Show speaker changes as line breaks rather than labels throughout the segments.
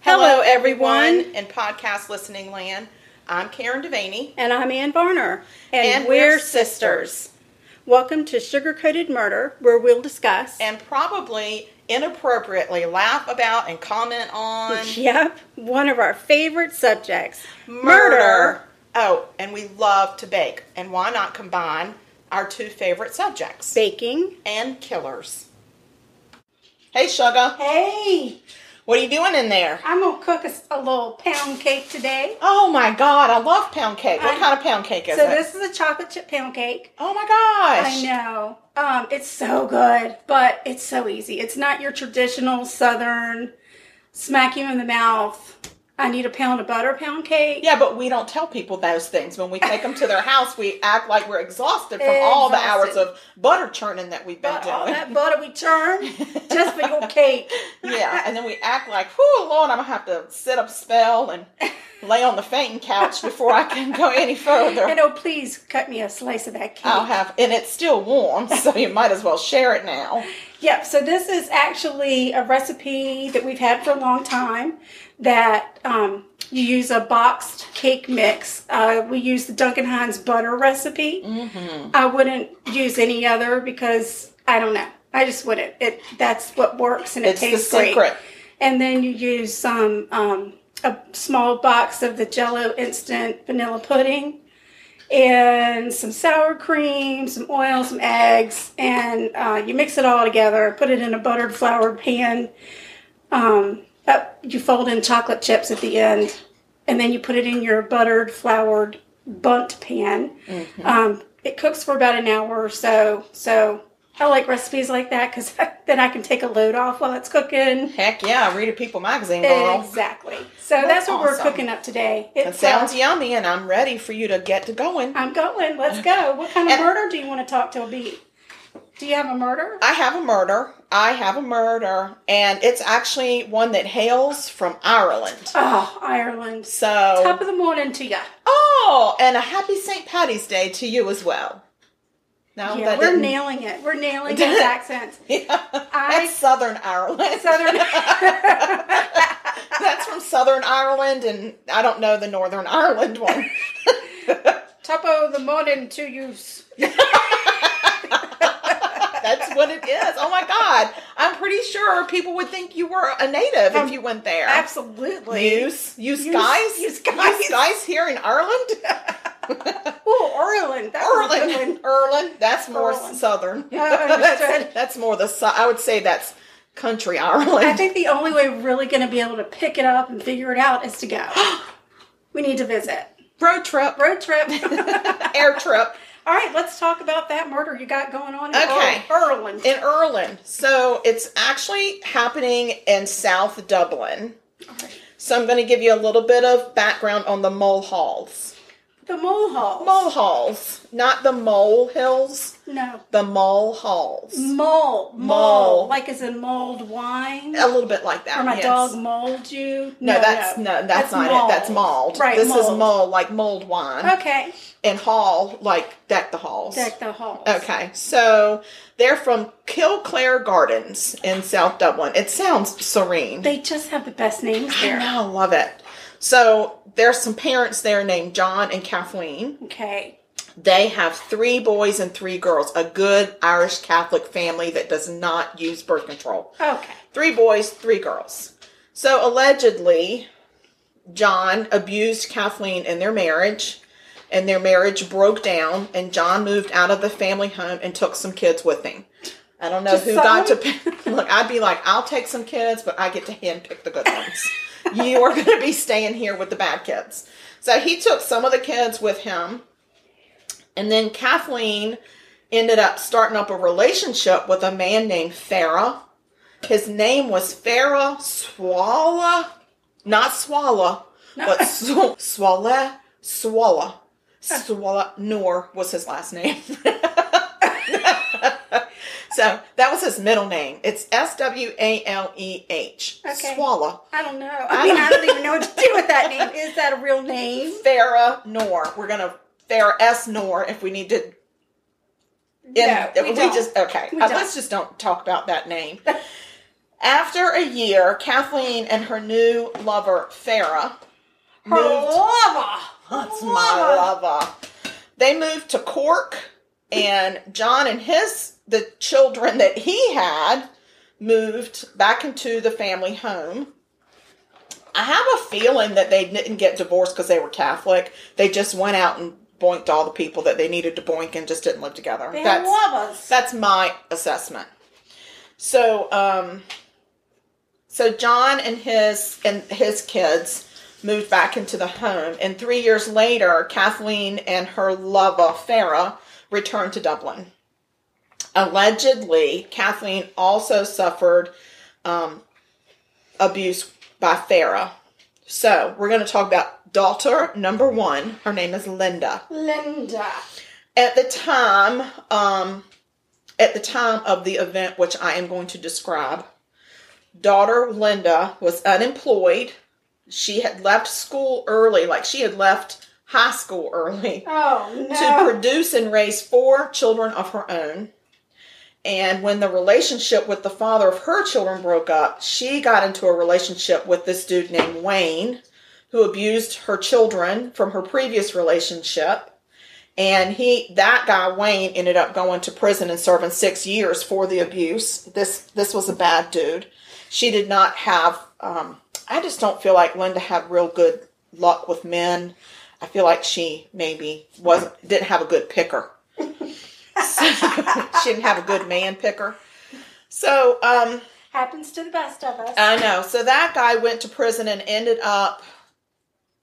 Hello, everyone in podcast listening land. I'm Karen Devaney,
And I'm Ann Varner. Welcome to Sugar Coated Murder, where we'll discuss.
and probably inappropriately laugh about and comment on
yep, one of our favorite subjects
murder. Oh, and we love to bake, and why not combine our two favorite subjects
Baking.
and killers? Hey, sugar,
Hey,
what are you doing in there?
I'm going to cook us a little pound cake today.
Oh my God, I love pound cake. What
I-
kind of pound cake is
so,
it?
this is a chocolate chip pound cake.
oh my gosh!
I know. Um, it's so good, but it's so easy. It's not your traditional Southern smack you in the mouth. I need a pound of butter pound cake.
Yeah, but we don't tell people those things. When we take them to their house, we act like we're exhausted from all the hours
Exhausted.
of butter churning that we've been
But
doing.
all that butter we churn just for your cake.
yeah, and then we act like, whew, Lord, I'm going to have to sit up spell and lay on the fainting couch before I can go any
You
further.
know, please cut me a slice of that cake.
I'll have, and it's still warm, so you might as well share it now.
Yep, so this is actually a recipe that we've had for a long time that um, you use a boxed cake mix. Uh, we use the Duncan Hines butter recipe.
Mm-hmm.
I wouldn't use any other because I don't know. I just wouldn't. It that's what works and it
It's the
tastes great.
secret.
And then you use some um, a small box of the Jello instant vanilla pudding and some sour cream, some oil, some eggs, and uh, you mix it all together. Put it in a buttered floured pan. Um, up, you fold in chocolate chips at the end, and then you put it in your buttered floured bunt pan.
Mm-hmm.
Um, it cooks for about an hour or so. So I like recipes like that because then I can take a load off while it's cooking.
Heck yeah, read a People magazine, girl.
Exactly. So that's, what
awesome.
we're cooking up today.
It
It's,
sounds
uh,
yummy, and I'm ready for you to get to going.
I'm going. Let's go. What kind of
And-
murder do you want to talk to? Be? Do you have a murder?
I have a murder. I have a murder, and it's actually one that hails from Ireland.
Oh, Ireland.
So,
Top of the morning to ya.
oh, and a happy St. Patty's Day to you as well. No,
yeah,
Oh, that
we're
didn't-
nailing it. We're nailing those accents.
Yeah.
I-
That's Southern Ireland.
Southern.
That's from Southern Ireland, and I don't know the Northern Ireland one.
Top of the morning to use.
That's what it is. Oh my God. I'm pretty sure people would think you were a native
Um,
if you went there.
Absolutely.
Use, use,
Use-
guys,
use guys.
use guys here in Ireland.
Oh, Ireland. Oh, That was a good
Erlin,
one.
Erlin, that's more
Erlin.
southern.
understood.
that's, that's more the. sou- I would say that's country Ireland.
I think the only way we're really going to be able to pick it up and figure it out is to go. we need to visit.
road trip,
Road trip.
air trip
All right, let's talk about that murder you got going on in
Okay.
Earl- Ireland.
in Ireland. So it's actually happening in South Dublin. So I'm going to give you a little bit of background on the Mulhalls.
The Mulhalls.
Mulhalls, not the mole hills.
No.
The Mulhalls. Mull.
Mull. Mull. Like as in mulled wine.
A little bit like that.
or my
Oh, yes.
dog mauled you.
No, that's no, that's, not it. That's mauled.
Right.
This is
mauled.
mulled, like mulled wine.
Okay.
and Hall, like deck the halls.
Deck the halls.
Okay, so they're from Kilclare Gardens in South Dublin. It sounds serene.
They just have the best names
I
there.
know, Oh, I love it. So there's some parents there named John and Kathleen.
Okay.
They have three boys and three girls, a good Irish Catholic family that does not use birth control.
Okay.
Three boys, three girls. So allegedly, John abused Kathleen in their marriage, and their marriage broke down, and John moved out of the family home and took some kids with him. I don't know
Just
who
some?
got to pick. Look, I'd be like, I'll take some kids, but I get to handpick the good ones. you are going to be staying here with the bad kids. So he took some of the kids with him. And then Kathleen ended up starting up a relationship with a man named Farah. His name was Farah Swalla, not Swalla, but Sw- Swalla, Swalla. Swalla Noor was his last name. so that was his middle name. It's S W A L E H.
Okay.
Swalla.
I don't know. I mean, I don't even know what to do with that name. Is that a real name?
Farah Noor. We're gonna Farah S Noor if we need to.
No, we don't.
just okay.
We
Uh,
don't.
Let's just don't talk about that name. After a year, Kathleen and her new lover, Farah,
Her lover.
that's my lover. They moved to Cork, and John and his the children that he had moved back into the family home. I have a feeling that they didn't get divorced because they were Catholic. They just went out and boinked all the people that they needed to boink and just didn't live together.
They
That's-
lovers.
that's my assessment. So, um, so John and his and his kids moved back into the home, and three years later, Kathleen and her lover Farah returned to Dublin. Allegedly, Kathleen also suffered um, abuse by Farah. So, we're going to talk about daughter number one. Her name is Linda
Linda.
at the time um at the time of the event which i am going to describe daughter linda was unemployed she had left school early like she had left high school early
Oh
to
no.
produce and raise four children of her own and when the relationship with the father of her children broke up she got into a relationship with this dude named wayne who abused her children from her previous relationship and he that guy Wayne ended up going to prison and serving 6 years for the abuse. This this was a bad dude. She did not have um I just don't feel like Linda had real good luck with men. I feel like she maybe wasn't didn't have a good picker. she didn't have a good man picker. So, um
Happens to the best of us.
I know. So that guy went to prison and ended up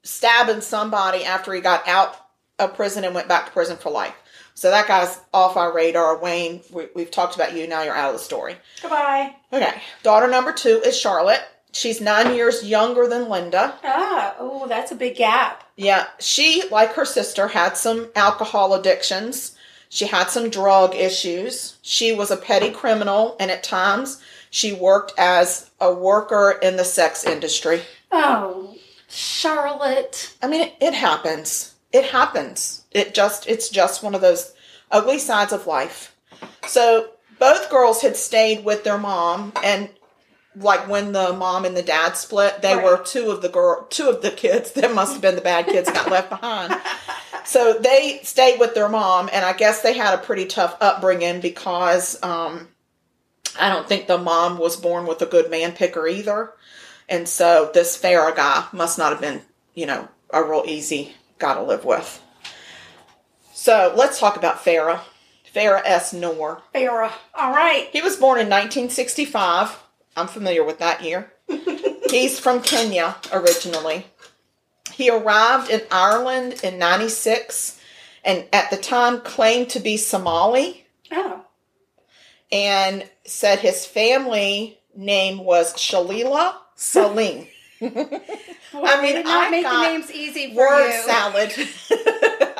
stabbing somebody after he got out of prison and went back to prison for life. So that guy's off our radar. Wayne, we, we've talked about you. Now you're out of the story.
Goodbye.
Okay. Daughter number two is Charlotte. She's nine years younger than Linda.
Ah, oh, that's a big gap.
Yeah. She, like her sister, had some alcohol addictions. She had some drug issues. She was a petty criminal, and at times she worked as a worker in the sex industry.
Oh, Charlotte.
I mean, it, it happens. It happens. It just, it's just one of those ugly sides of life. So both girls had stayed with their mom and like when the mom and the dad split, they
Right.
were two of the girl, two of the kids that must have been the bad kids got left behind. So they stayed with their mom and I guess they had a pretty tough upbringing because, um, I don't think the mom was born with a good man picker either. And so this Farah guy must not have been, you know, a real easy guy to live with. So let's talk about Farah. Farah S. Noor.
Farah. All right.
He was born in 1965. I'm familiar with that year. He's from Kenya originally. He arrived in Ireland in 96 and at the time claimed to be Somali
Oh.
and said his family name was Shalila Salim.
Well,
I mean,
they did not
I
make the
got
names easy for
word
you.
salad.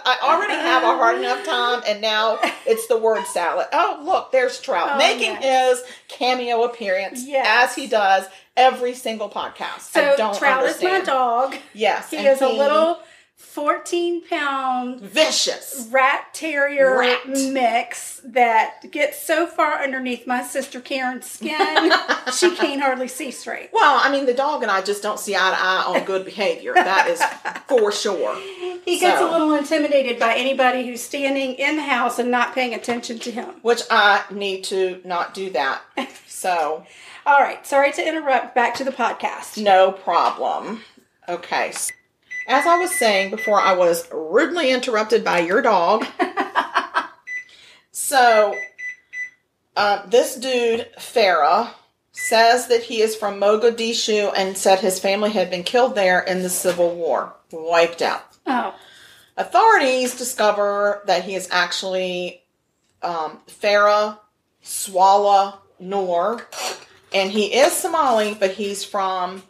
I already have a hard enough time, and now it's the word salad. Oh, look, there's Trout
Oh,
making
yes.
his cameo appearance
Yes.
as he does every single podcast. I
So
don't
Trout
understand.
is my dog.
Yes,
He
and
is a little 14 pound
vicious.
rat terrier
Rat.
mix that gets so far underneath my sister Karen's skin, she can't hardly see straight.
Well, I mean, the dog and I just don't see eye to eye on good behavior. That is for sure.
He gets
So-
a little intimidated by anybody who's standing in the house and not paying attention to him.
Which I need to not do that. So,
All right, sorry to interrupt. Back to the podcast.
No problem. Okay. s- As I was saying before, I was rudely interrupted by your dog. so, uh, this dude, Farah, says that he is from Mogadishu and said his family had been killed there in the Civil War, wiped out.
Oh,
Authorities discover that he is actually um, Farah Swala Noor, and he is Somali, but he's from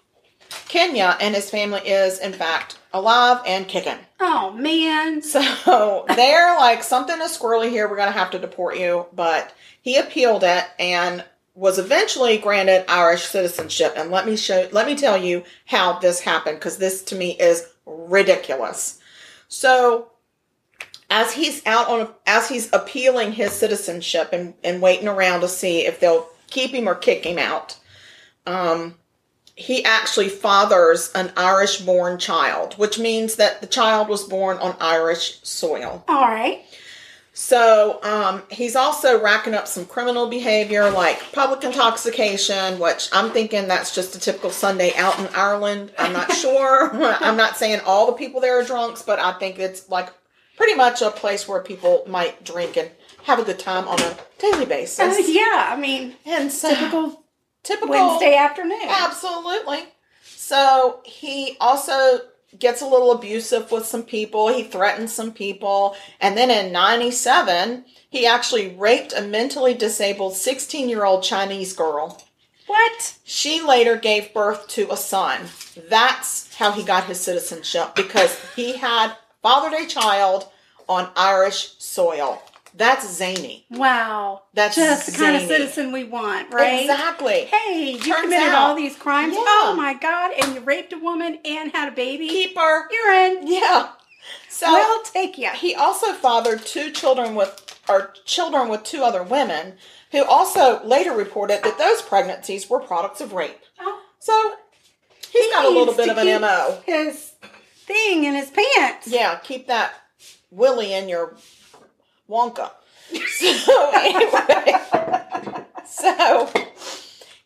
Kenya, and his family is, in fact, alive and kicking.
oh man.
So they're like, something is squirrely here. We're going to have to deport you. But he appealed it and was eventually granted Irish citizenship. And let me show, let me tell you how this happened because this to me is ridiculous. So as he's out on, as he's appealing his citizenship and, and waiting around to see if they'll keep him or kick him out, um, he actually fathers an Irish born child, which means that the child was born on Irish soil.
All right.
So um, he's also racking up some criminal behavior like public intoxication, which I'm thinking that's just a typical Sunday out in Ireland. I'm not sure. I'm not saying all the people there are drunks, but I think it's like pretty much a place where people might drink and have a good time on a daily
Uh,
basis.
yeah, I mean,
And so
typical
typical
Wednesday afternoon.
Absolutely. So he also gets a little abusive with some people. He threatens some people. And then in 97, he actually raped a mentally disabled 16 year old Chinese girl.
What?
She later gave birth to a son. That's how he got his citizenship because he had fathered a child on Irish soil. That's zany.
Wow.
That's
Just the kind of
zany.
citizen we want, right?
Exactly.
Hey, you
Turns
committed
out-
all these crimes.
Yeah.
Oh my God. And you raped a woman and had a baby.
Keeper.
You're in.
Yeah. So
We'll take you.
He also fathered two children with or children with two other women who also later reported that those pregnancies were products of rape. So he's got a little bit of an MO.
His thing in his pants.
Yeah, keep that Willy in your Wonka. So anyway, so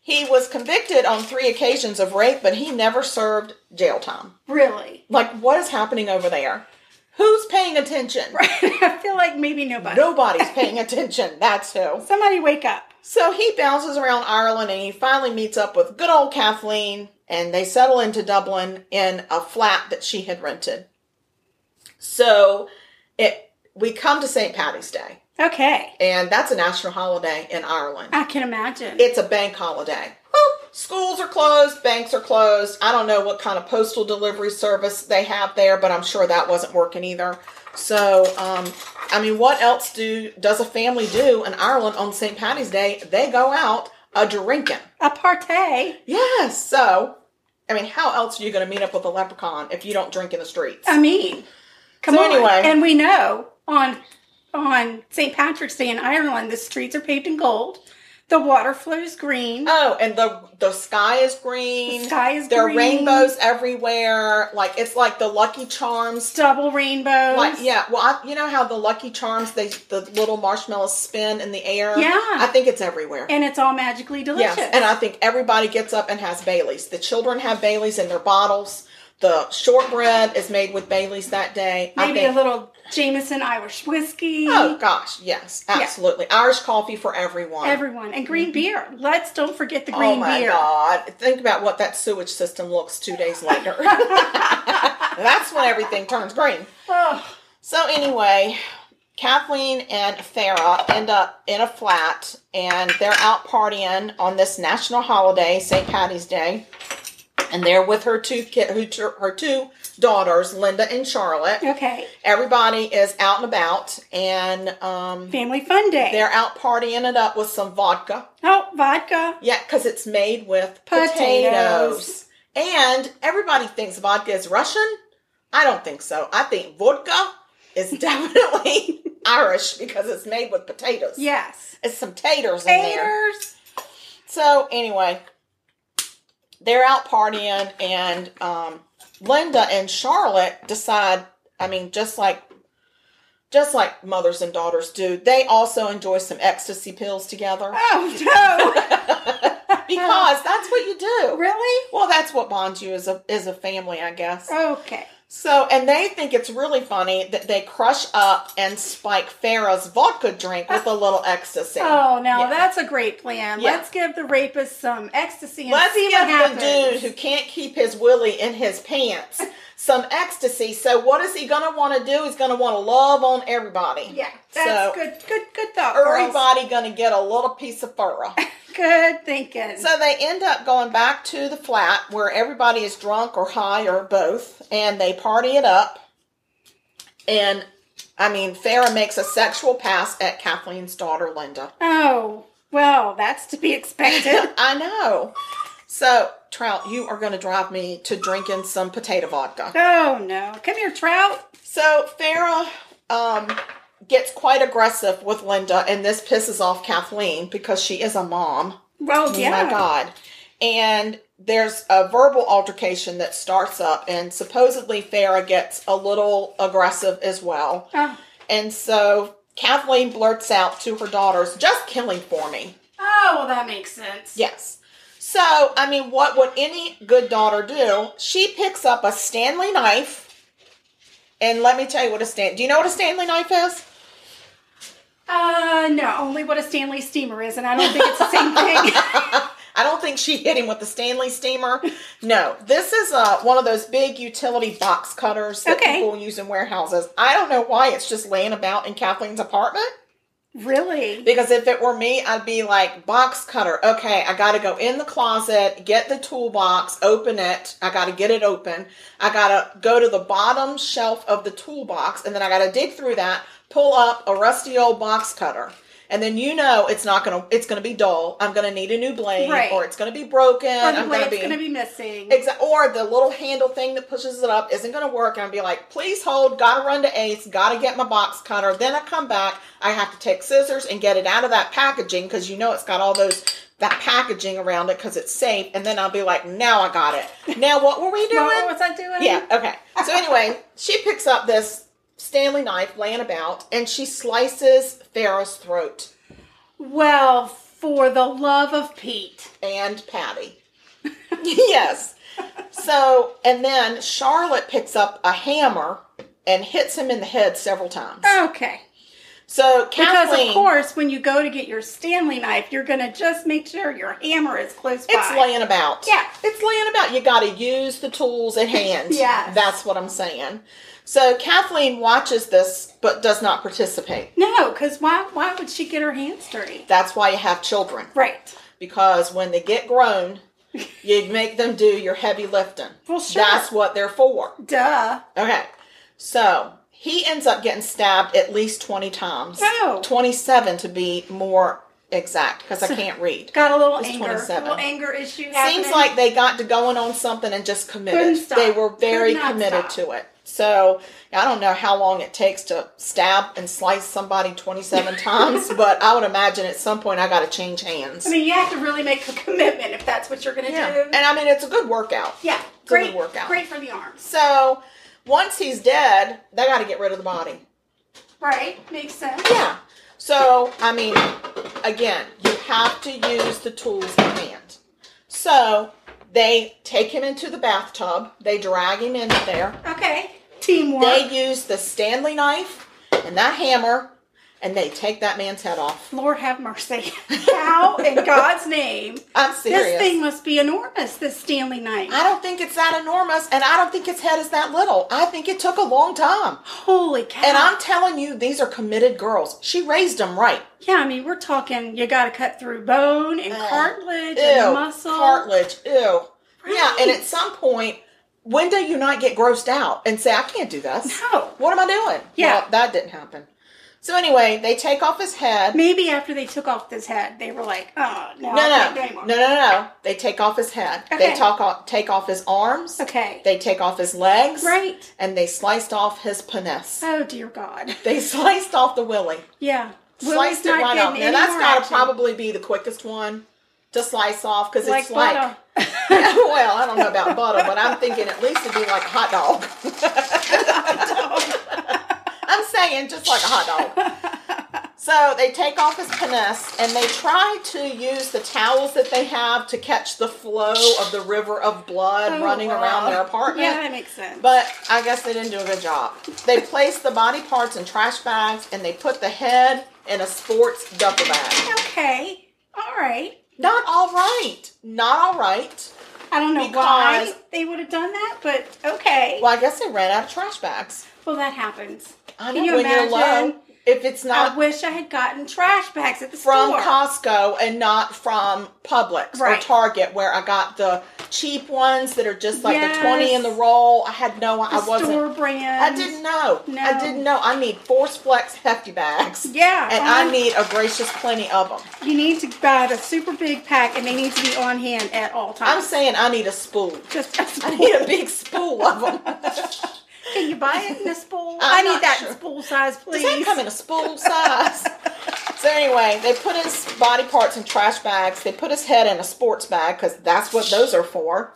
he was convicted on three occasions of rape, but he never served jail time.
Really?
Like, what is happening over there? Who's paying attention?
I feel like maybe nobody.
Nobody's paying attention. That's who.
Somebody wake up.
So he bounces around Ireland and he finally meets up with good old Kathleen and they settle into Dublin in a flat that she had rented. So it we come to St. Patty's Day
Okay.
and that's a national holiday in Ireland.
I can imagine.
It's a bank holiday. Whew! Schools are closed, banks are closed. I don't know what kind of postal delivery service they have there, but I'm sure that wasn't working either. So, um, I mean, what else do does a family do in Ireland on St. Patty's Day? They go out a drinking.
a partay.
Yes. So, I mean, how else are you going to meet up with a leprechaun if you don't drink in the streets?
I mean, come
So
on.
anyway.
And we know on on St. Patrick's Day in Ireland, the streets are paved in gold. The water flows green.
Oh, and the the sky is green.
The sky is
there
green.
are rainbows everywhere. Like it's like the Lucky Charms
double rainbows.
Like yeah, well, I, you know how the Lucky Charms they the little marshmallows spin in the air.
Yeah.
I think it's everywhere.
And it's all magically delicious.
yes, and I think everybody gets up and has Baileys. The children have Baileys in their bottles. The shortbread is made with Baileys that day. I
Maybe
think,
a little Jameson Irish whiskey.
Oh gosh, yes,
Yeah.
absolutely. Irish coffee for everyone.
Everyone. And green beer. Let's don't forget the green
Mm-hmm. oh my
beer.
god! Think about what that sewage system looks two days later. That's when everything turns green.
Oh,
So anyway, Kathleen and Farah end up in a flat and they're out partying on this national holiday, St. Patty's Day. And they're with her two kid, her two- her two daughters, Linda and Charlotte.
okay.
Everybody is out and about, and um,
Family fun day.
they're out partying it up with some vodka.
Oh, vodka.
Yeah, because it's made with
Potatoes.
potatoes. And everybody thinks vodka is Russian. I don't think so. I think vodka is definitely Irish because it's made with potatoes.
Yes.
It's some taters in there.
Taters.
So, anyway, they're out partying, and um, Linda and Charlotte decide, I mean, just like just like mothers and daughters do, they also enjoy some ecstasy pills together
Oh,
because that's what you do.
no. really?
Well, that's what bonds you as a as a family, I guess.
Okay.
So, and they think it's really funny that they crush up and spike Farah's vodka drink with a little ecstasy.
Oh, now
Yeah.
that's a great plan.
Yeah.
Let's give the rapist some ecstasy and
Let's
see
give
what happens.
the dude who can't keep his willy in his pants some ecstasy. So, what is he gonna want to do? He's gonna want to love on everybody.
yeah, that's
So-
good. Good, good thought, girls.
Everybody gonna get a little piece of furrow.
Good thinking.
So they end up going back to the flat where everybody is drunk or high or both, and they party it up. And I mean, Farah makes a sexual pass at Kathleen's daughter, Linda.
oh, well, that's to be expected.
I know. So, Trout, you are going to drive me to drinking some potato vodka.
oh no, come here, trout.
So, Farah um, gets quite aggressive with Linda, and this pisses off Kathleen because she is a mom.
Well,
Oh
yeah.
my God. and there's a verbal altercation that starts up, and supposedly Farah gets a little aggressive as well.
Oh.
And so Kathleen blurts out to her daughters, just killing for me.
oh, well, that makes sense.
Yes. So, I mean, what would any good daughter do? She picks up a Stanley knife. And let me tell you what a Stan. Do you know what a Stanley knife is?
Uh, no, only what a Stanley steamer is, and I don't think it's the same thing.
I don't think she hit him with the Stanley steamer. No, this is uh, one of those big utility box cutters that
Okay.
people use in warehouses. I don't know why it's just laying about in Kathleen's apartment.
really?
Because if it were me, I'd be like, box cutter. Okay, I got to go in the closet, get the toolbox, open it. I got to get it open. I got to go to the bottom shelf of the toolbox, and then I got to dig through that, pull up a rusty old box cutter. And then you know it's not gonna it's gonna be dull. I'm gonna need a new blade,
Right.
or it's gonna be broken.
Or the
I'm
blade's going to be missing.
Exa- or the little handle thing that pushes it up isn't going to work. And I'd be like, please hold. Got to run to Ace. Got to get my box cutter. Then I come back. I have to take scissors and get it out of that packaging because you know it's got all those that packaging around it because it's safe. And then I'll be like, now I got it. Now what were we
Well, what
doing?
was I doing?
Yeah. Okay. So anyway, she picks up this Stanley knife laying about and she slices Farrah's throat
Well, for the love of Pete.
and Patty. yes. So, and then Charlotte picks up a hammer and hits him in the head several times.
Okay.
So,
Uh, Because,
Kathleen,
of course, when you go to get your Stanley knife, you're going to just make sure your hammer is close by.
it's laying about.
Yeah.
It's laying about. You got to use the tools at hand.
Yes.
That's what I'm saying. So, Kathleen watches this but does not participate.
No, because why, why would she get her hands dirty?
That's why you have children.
Right.
Because when they get grown, you make them do your heavy lifting.
Well, sure.
That's what they're for.
Duh.
Okay. So he ends up getting stabbed at least 20 times.
Oh.
27 to be more exact because I can't read.
Got a little
It's
anger.
27.
little anger issue happening.
Seems like they got to going on something and just committed.
Couldn't stop.
They were very
Could not
committed
stop.
to it. So I don't know how long it takes to stab and slice somebody 27 times, but I would imagine at some point I got to change hands.
I mean, you have to really make a commitment if that's what you're going to
yeah.
do.
And I mean, it's a good workout.
yeah.
a good
Great
workout.
Great for the arms.
So once he's dead, they got to get rid of the body.
Right. Makes sense.
Yeah. So, I mean, again, you have to use the tools at hand. So, they take him into the bathtub, they drag him into there,
Okay. Teamwork.
they use the Stanley knife and that hammer, and they take that man's head off.
Lord have mercy. How in God's name?
I'm serious.
This thing must be enormous, this Stanley knife.
I don't think it's that enormous, and I don't think his head is that little. I think it took a long time.
Holy cow.
And I'm telling you, these are committed girls. She raised them right.
yeah, I mean, we're talking you got to cut through bone and
Ugh.
cartilage
Oh. ew,
and muscle.
cartilage, ew. Yeah, and
Right.
at some point, when do you not get grossed out and say, I can't do this?
No.
What am I doing?
Yeah.
Well, that didn't happen. So anyway, they take off his head.
Maybe after they took off this head, they were like, oh, no,
no,
I
no,
can't do
no,
anymore.
no, no. They take off his head. They
Okay.
talk off, take off his arms.
Okay.
They take off his legs.
right.
And they sliced off his penis.
Oh, dear God.
They sliced off the willy.
Yeah.
sliced it right off. Now that's
got
gotta probably be the quickest one to slice off because
like,
it's like
butter.
well, I don't know about butter, but I'm thinking at least it'd be like a hot dog. I'm saying just like a hot dog. So they take off his pinnace and they try to use the towels that they have to catch the flow of the river of blood
Oh,
running
wow.
around their apartment.
Yeah, that makes sense.
But I guess they didn't do a good job. They placed the body parts in trash bags and they put the head in a sports duffel bag.
okay. All right.
Not all right. Not all right.
I don't know
Because-
why they would have done that, but okay.
Well, I guess they ran out of trash bags.
Well, that happens.
I know
Can you
when you're low,
imagine?
if it's
I
not
wish I had gotten trash bags at the
from
store.
Costco and not from Publix or
Right.
Target, where I got the cheap ones that are just like the twenty
Yes.
in the roll, I had no,
the
I wasn't.
store brand.
I didn't know. I
No.
didn't know. I need Force Flex hefty bags.
Yeah,
and I
um,
need a gracious plenty of them.
You need to buy the super big pack, and they need to be on hand at all
I'm
times.
saying I need a spool.
just
I need a big spool of them.
Can you buy it in a spool?
I'm
I
not
need that
sure.
in spool size,
Does
please.
that come in a spool size? So anyway, they put his body parts in trash bags. They put his head in a sports bag because that's what those are for.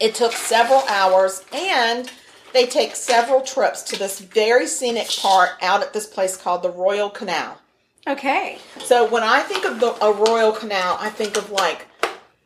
it took several hours, and they take several trips to this very scenic part out at this place called the Royal Canal.
Okay.
So when I think of the a Royal Canal, I think of like,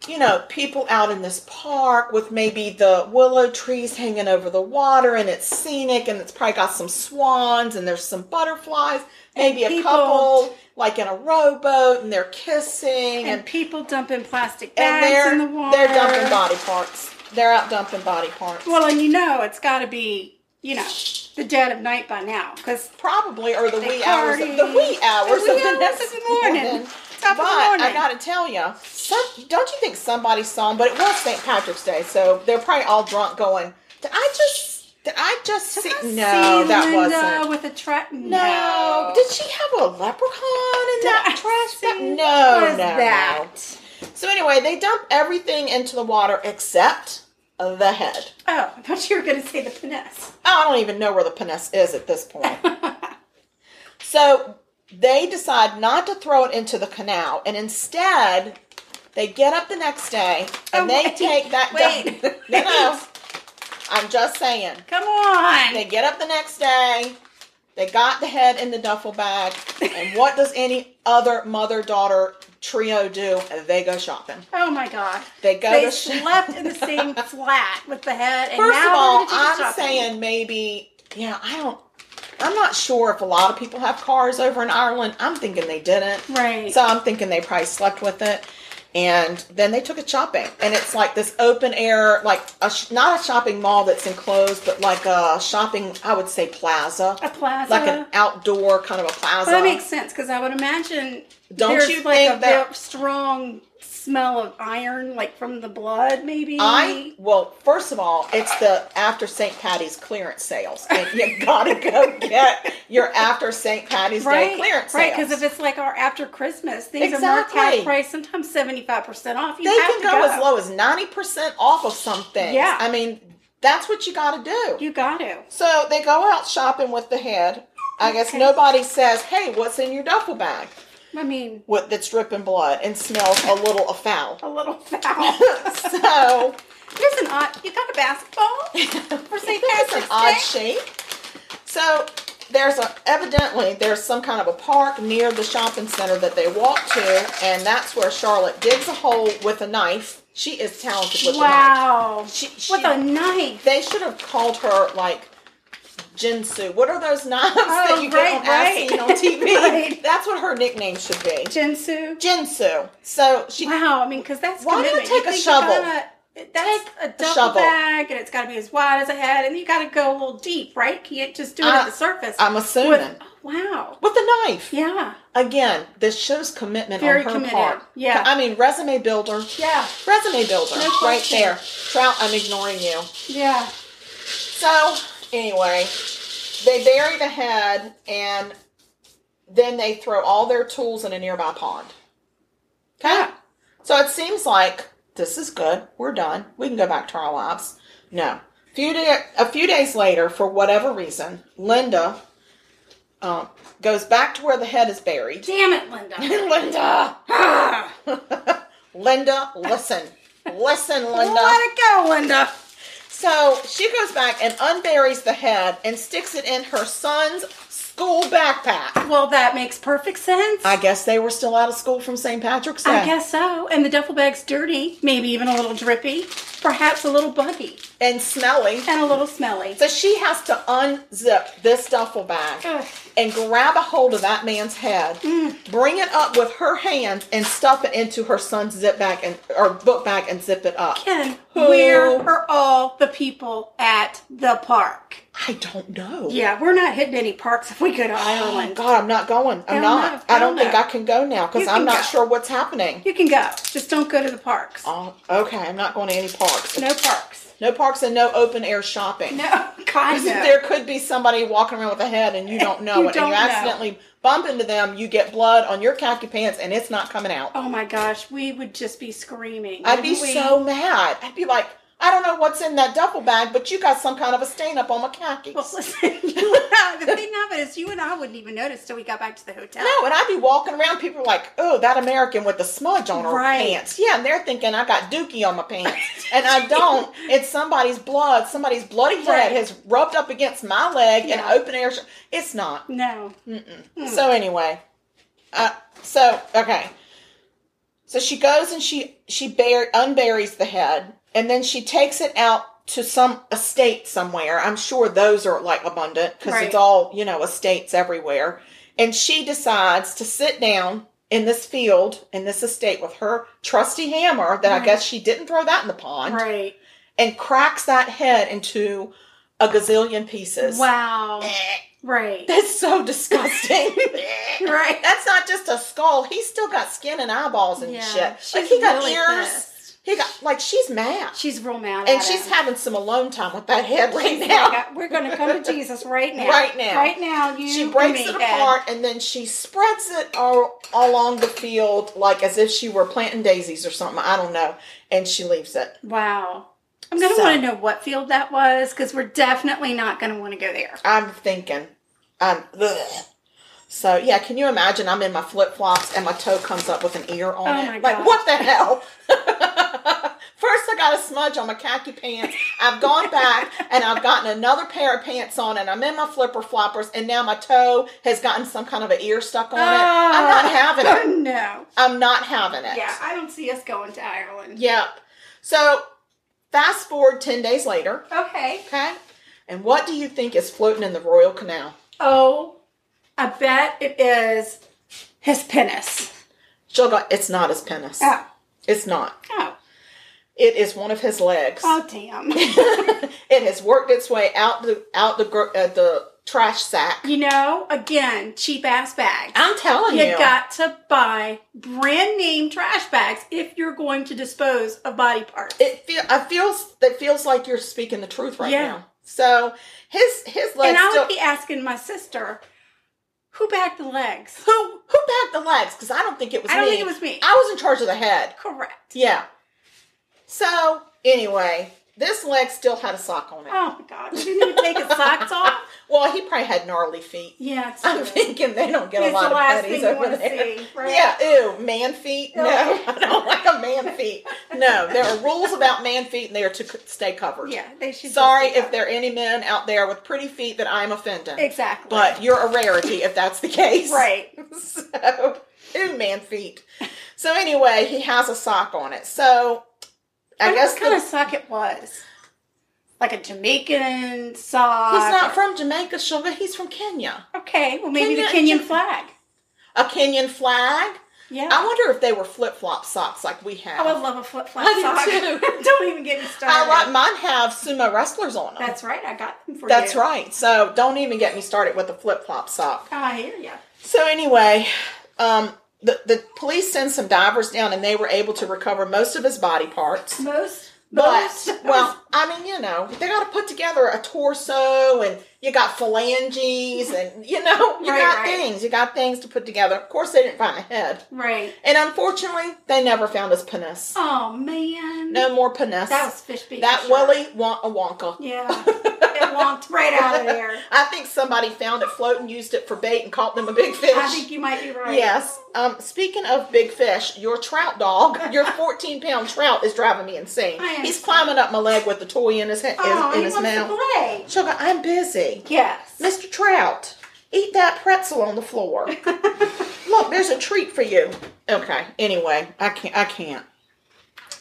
you know, people out in this park with maybe the willow trees hanging over the water, and it's scenic, and it's probably got some swans, and there's some butterflies, maybe a
people-
couple like in a rowboat, and they're kissing,
And
and,
people dumping plastic
and
bags
they're
in the water.
they're dumping body parts. They're out dumping body parts,
Well, and you know it's got to be you know the dead of night by now because
probably or the
They
wee hours, of, the
party.
wee hours
The wee
of the
hours
next
of the morning. Top
But
of the morning.
I gotta tell you, some, don't you think somebody saw him? But it was St. Patrick's Day, so they're probably all drunk. Going, did I just? Did I just see? No,
I see
that
Linda
wasn't.
with a trap. No.
No. did she have a leprechaun in
Did
that
I
trash bag?
see-
No,
what is
no,
that?
no. So anyway, they dump everything into the water except the head.
Oh, I thought you were going to say the finesse.
Oh, I don't even know where the pinnace is at this point. so they decide not to throw it into the canal, and instead they get up the next day and
Oh,
they
wait,
take that.
wait,
no, no,
wait.
I'm just saying.
Come on.
They get up the next day. They got the head in the duffel bag, and what does any other mother-daughter trio do? They go shopping.
oh my god.
They go
They
to shop-
slept in the same flat with the head. And
First
now
of all,
they're gonna
I'm
take shopping.
saying maybe, yeah, I don't, I'm not sure if a lot of people have cars over in Ireland. I'm thinking they didn't.
Right.
So I'm thinking they probably slept with it. And then they took it shopping. And it's like this open air, like a, sh- not a shopping mall that's enclosed, but like a shopping, I would say plaza.
a plaza.
Like an outdoor kind of a plaza.
Well, that makes sense because I would imagine
Don't
there's
you
like
think
a
that-
real strong smell of iron, like from the blood, maybe.
I well, first of all, it's the after St. Patty's clearance sales, and you gotta go get your after St. Patty's Day
right,
clearance
right.
sales.
Because if it's like our after Christmas, things are marked
Exactly.
half price, sometimes seventy five percent off. You
they
have
can
to
go, as low as ninety percent off of something.
Yeah.
I mean that's what you gotta do.
You got to.
so they go out shopping with the head. I guess
Okay.
nobody says, "Hey, what's in your duffel bag?"
I mean,
What that's dripping blood and smells a little foul.
a little foul.
so
There's an odd. You got a basketball.
for
St.
an
Patrick's
odd
Day?
shape. So there's a evidently there's some kind of a park near the shopping center that they walk to, and that's where Charlotte digs a hole with a knife. She is talented with a knife.
Wow.
She- she-
With a knife.
They should have called her like Jinsu. What are those knives that
Oh,
you get
right,
on
right.
Ascii on TV?
Right.
That's what her nickname should be,
Jinsu.
Jinsu. So she
Wow, I mean, because that's
Why do you
commitment. You
take a
think you
shovel?
gotta- That's a duffel
shovel.
bag, and it's got to be as wide as a head, and you got to go a little deep, right? Can't just do it
I-
at the surface.
I'm
With-
assuming
oh, wow.
with a knife.
Yeah.
Again, this shows commitment
Very
on her
committed.
part.
Yeah.
I mean resume builder.
Yeah.
resume builder
No
right
question.
there. Trout, I'm ignoring you.
Yeah.
So, anyway, they bury the head and then they throw all their tools in a nearby pond. Okay? So it seems like this is good. We're done. We can go back to our lives. No. Few day, a few days later, for whatever reason, Linda um, goes back to where the head is buried.
Damn it, Linda.
Linda!
Ah,
Linda, listen. Listen, Linda.
Let it go, Linda.
So she goes back and unburies the head and sticks it in her son's school backpack.
Well, that makes perfect sense.
I guess they were still out of school from St. Patrick's Day.
I guess so. And the duffel bag's dirty, maybe even a little drippy, perhaps a little buggy,
And smelly.
and a little smelly.
So she has to unzip this duffel bag
Ugh. Mm.
and grab a hold of that man's head, bring it up with her hands, and stuff it into her son's zip bag and or book bag and zip it up.
Ken,
Who?
where are all the people at the park?
I don't know.
Yeah, we're not hitting any parks if we go to Ireland.
Oh God, I'm not going. I'm
Hell
not.
no,
I don't
hell
think
no.
I can go now because
You
I'm
can
not
go.
sure what's happening.
You can go. Just don't go to the parks.
Oh, okay, I'm not going to any parks.
No parks.
No parks and no open air shopping.
No, God, no.
There could be somebody walking around with a head and you don't know
You
it, and you
don't know.
accidentally bump into them. You get blood on your khaki pants, and it's not coming out.
Oh my gosh, we would just be screaming.
I'd be
wouldn't we?
so mad. I'd be like, I don't know what's in that duffel bag, but you got some kind of a stain up on my khakis.
Well, listen, you and I, the thing of it is, you and I wouldn't even notice till we got back to the hotel.
No, and I'd be walking around, people are like, oh, that American with the smudge on her
Right.
pants. Yeah, and they're thinking I got dookie on my pants. and I don't. It's somebody's blood. Somebody's bloody
Right.
thread has rubbed up against my leg in
Yeah.
open air. Sh- it's not.
No.
So anyway, uh, so okay, so she goes and she she bur- unburies the head, and then she takes it out to some estate somewhere. I'm sure those are like abundant because
Right.
it's all you know estates everywhere. And she decides to sit down in this field in this estate with her trusty hammer that I
Right.
guess she didn't throw that in the pond,
Right.
and cracks that head into a gazillion pieces.
Wow. Right.
That's so disgusting.
Right.
That's not just a skull. He's still got skin and eyeballs and shit.
She's
Like he got
really
ears.
pissed.
He got like she's mad.
She's real mad.
and
at
she's
him.
having some alone time with that head right
She's
now.
like, We're going to come to Jesus right now.
Right now.
Right now. You
she
and
breaks
me,
it
Dad.
apart and then she spreads it all, all along the field like as if she were planting daisies or something. I don't know. And she leaves it.
Wow. I'm going to
So-
want to know what field that was because we're definitely not going to want to go there.
I'm thinking. Um bleh. so yeah, can you imagine I'm in my flip flops and my toe comes up with an ear on
Oh
it?
my
like
gosh.
what the hell? First I got a smudge on my khaki pants. I've gone back and I've gotten another pair of pants on and I'm in my flipper floppers and now my toe has gotten some kind of an ear stuck on it. I'm not having it.
Oh, no.
I'm not having it.
Yeah, I don't see us going to Ireland.
Yep. So fast forward ten days later,
Okay.
okay? And what do you think is floating in the Royal Canal?
Oh, I bet it is his penis.
She'll go, it's not his penis.
Oh.
It's not.
Oh.
It is one of his legs.
Oh, damn.
it has worked its way out the out the gr- uh, the trash sack.
you know, again, cheap ass bags.
I'm telling
You
you,
got to buy brand name trash bags if you're going to dispose of body parts.
it feel I feels that feels like you're speaking the truth right
Yeah.
now. So his his legs
and I
still.
would be asking my sister, who bagged the legs?
who who bagged the legs? Because I don't think it was.
I don't
me.
think it was me.
I was in charge of the head.
Correct.
Yeah. So anyway, this leg still had a sock on it.
Oh my god, you didn't even take his socks off?
Well, he probably had gnarly feet.
Yeah, it's
I'm
true.
thinking they don't get
It's
a lot
the last
of petties
thing you
over
wanna
there.
see, right?
Yeah, ew, man feet. No,
No.
I don't like a man feet. No, there are rules about man feet, and they are to c- stay covered.
Yeah, they should. just
Sorry
do that.
if there are any men out there with pretty feet that I'm offending.
exactly.
But you're a rarity if that's the case.
right,
So, ew, man feet. So anyway, he has a sock on it. So I
wonder
guess
what kind
the-
of sock it was, like a Jamaican sock.
he's not
or-
from Jamaica, sugar. He's from Kenya.
Okay, well maybe
Kenya-
the Kenyan flag.
A Kenyan flag.
Yeah.
I wonder if they were flip flop socks like we have.
I would love a flip flop
I do
sock.
too.
Don't even get me started.
I like mine have sumo wrestlers on them.
That's right. I got them for
That's
you.
right. So don't even get me started with the flip flop sock.
Oh, I hear you.
So anyway, um, the the police sent some divers down, and they were able to recover most of his body parts.
Most,
But
most.
well, I mean, you know, they got to put together a torso, and you got phalanges, and you know, you
Right,
got
right.
things, you got things to put together. Of course, they didn't find a head,
right.
and unfortunately, they never found his penis.
Oh man.
No more penis.
That was fish beak.
that
for sure.
Willy want a Wonka.
Yeah. it walked right out of there.
I think somebody found it floating, used it for bait, and caught them a big fish.
I think you might be right.
Yes. Um, speaking of big fish, your trout dog, your 14 pound trout, is driving me insane.
I am
He's
sorry.
climbing up my leg with the toy in his, he-
Oh,
in
he
his
wants
mouth.
to play.
Sugar, I'm busy.
Yes.
Mr. Trout, eat that pretzel on the floor. Look, there's a treat for you. Okay. Anyway, I can't. I can't.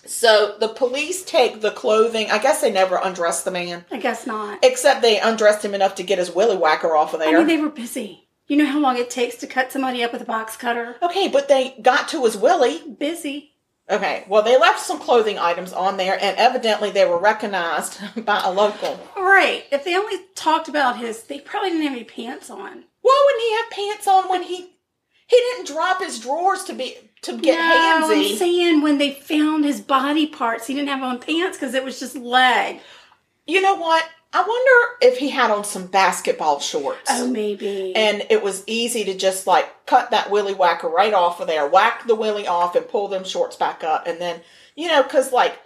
So the police take the clothing. I guess they never undress the man,
I guess not.
except they undressed him enough to get his willy whacker off of
I
there.
mean, they were busy. You know how long it takes to cut somebody up with a box cutter?
okay, but they got to his willy.
Busy.
Okay, well, they left some clothing items on there, and evidently they were recognized by a local.
All right. If they only talked about his, they probably didn't have any pants on.
Why wouldn't he have pants on when he he didn't drop his drawers to be to get
no, I'm
handsy?
saying when they found his body parts, he didn't have on pants because it was just leg.
You know what? I wonder if he had on some basketball shorts.
Oh, maybe.
And it was easy to just like cut that willy whacker right off of there, whack the willy off, and pull them shorts back up, and then you know, cause like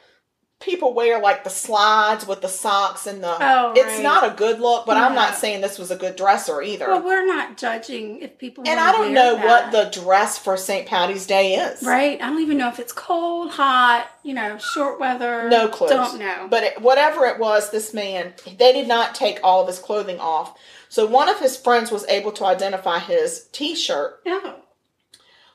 people wear like the slides with the socks and the
Oh,
it's
right.
not a good look but i'm not
No.
saying this was a good dresser either
Well, we're not judging if people.
and
wanna
i don't
wear
know
that.
what the dress for st patty's day is
Right. I don't even know if it's cold, hot, you know, short weather.
no clues
Don't know.
but it, whatever it was this man they did not take all of his clothing off so one of his friends was able to identify his t-shirt
no.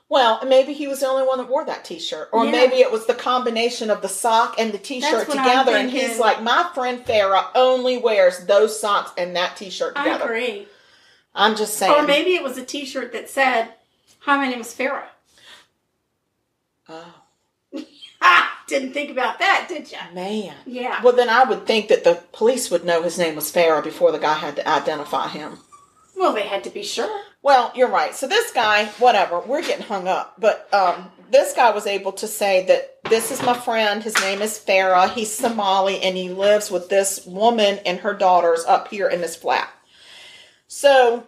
Well, maybe he was the only one that wore that T-shirt, or
Yeah.
maybe it was the combination of the sock and the T-shirt
That's what I'm
together. And he's
thinking.
like, "My friend Farah only wears those socks and that T-shirt
I
together."
agree.
I'm just saying.
Or maybe it was a t shirt that said, Hi, my name is Farah.
oh
Ha! Ah, Didn't think about that, did you?
man.
Yeah.
Well, then I would think that the police would know his name was Farah before the guy had to identify him.
Well, they had to be sure.
Well, you're right. So this guy, whatever, we're getting hung up. But um, this guy was able to say that this is my friend. His name is Farah. He's Somali and he lives with this woman and her daughters up here in this flat. So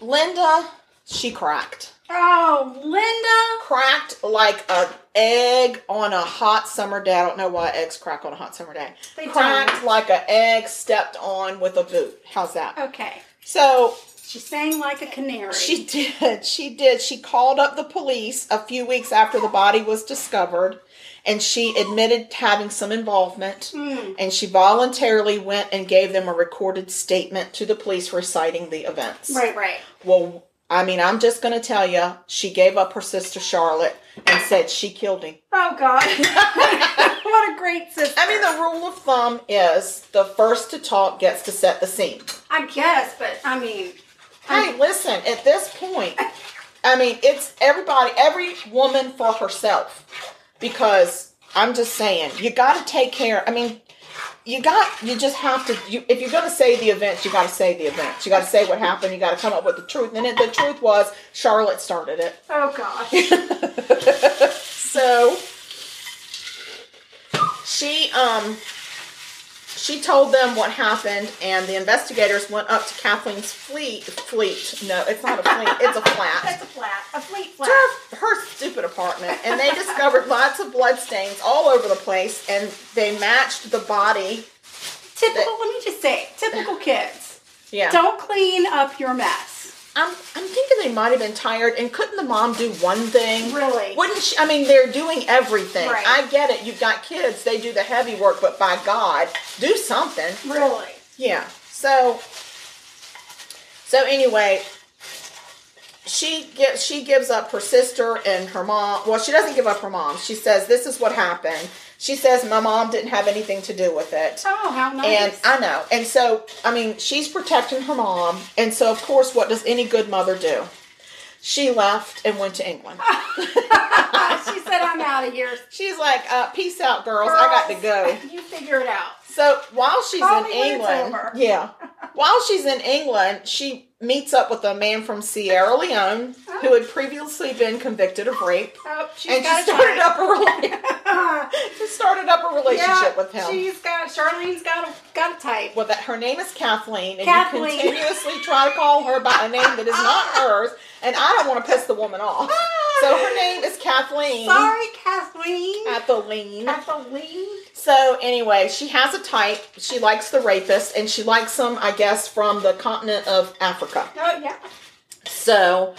Linda, she cracked.
Oh, Linda.
Cracked like an egg on a hot summer day. I don't know why eggs crack on a hot summer day.
They
cracked
don't. Oh.
like an egg stepped on with a boot. How's that?
Okay.
So
She sang like a canary.
She did. She did. She called up the police a few weeks after the body was discovered and she admitted to having some involvement
Mm.
and she voluntarily went and gave them a recorded statement to the police reciting the events.
Right, right.
Well, I mean, I'm just going to tell you, she gave up her sister Charlotte and said she killed him.
Oh, God. what a great sister.
I mean, the rule of thumb is the first to talk gets to set the scene.
I guess, but I mean,
Hey, listen, at this point, I mean, it's everybody, every woman for herself. Because I'm just saying, you got to take care. I mean, you got, you just have to, you, if you're going to say the events, you got to say the events. You got to say what happened. You got to come up with the truth. And it, the truth was, Charlotte started it.
oh, gosh.
So she um she told them what happened and the investigators went up to Kathleen's fleet fleet. No, it's not a fleet, it's a flat.
That's a flat. A fleet
To
flat.
Her, her stupid apartment, and they discovered lots of blood stains all over the place, and they matched the body.
Typical, let me just say, typical kids.
Yeah,
Don't clean up your mess.
I'm, I'm thinking they might have been tired, and couldn't the mom do one thing?
Really.
Wouldn't she? I mean, they're doing everything.
Right.
I get it. You've got kids; they do the heavy work, but by God, do something.
Really.
Yeah. So. So anyway, she gives she gives up her sister and her mom. Well, she doesn't give up her mom. She says this is what happened. She says my mom didn't have anything to do with it.
Oh, how
And
nice.
I know. And so, I mean, she's protecting her mom. And so, of course, what does any good mother do? She left and went to England.
Ah. she said, I'm out of here.
She's like, uh, peace out, girls. I got to go.
Girls, You figure it out.
So while she's
Call
in
me when it's
England,
over.
yeah, while she's in England, she meets up with a man from Sierra Leone who had previously been convicted of rape,
Oh, she's
and she
got a
started
type.
up a rela- she started up a relationship
Yeah,
with him.
She's got Charlene's got a got a type.
Well, that her name is Kathleen, and
Kathleen.
you continuously try to call her by a name that is not hers, and I don't want to piss the woman off. So her name is Uh, Kathleen
Sorry, Kathleen.
Kathleen.
Kathleen.
So anyway, she has a type. She likes the rapist, and she likes them, I guess, from the continent of Africa.
Oh yeah.
So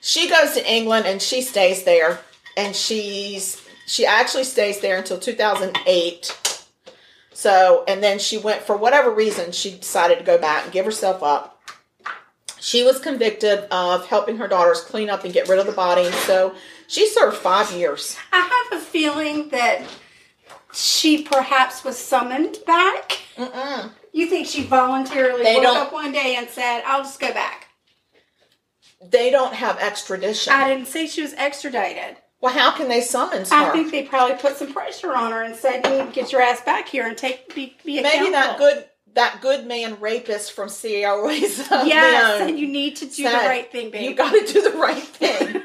she goes to England and she stays there, and she's she actually stays there until 2008. So and then she went for whatever reason she decided to go back and give herself up. She was convicted of helping her daughters clean up and get rid of the body. So she served five years.
I have a feeling that she perhaps was summoned back.
Mm-mm.
You think she voluntarily
They
woke
don't-
up one day and said, "I'll just go back."
They don't have extradition.
I didn't say she was extradited.
well, how can they summons her?
I think they probably put some pressure on her and said, "You need to get your ass back here and take be, be
Maybe
accountable."
that good that good man rapist from Sierra Leone.
Yes, and you need to do
said,
the right thing, baby.
You got to do the right thing.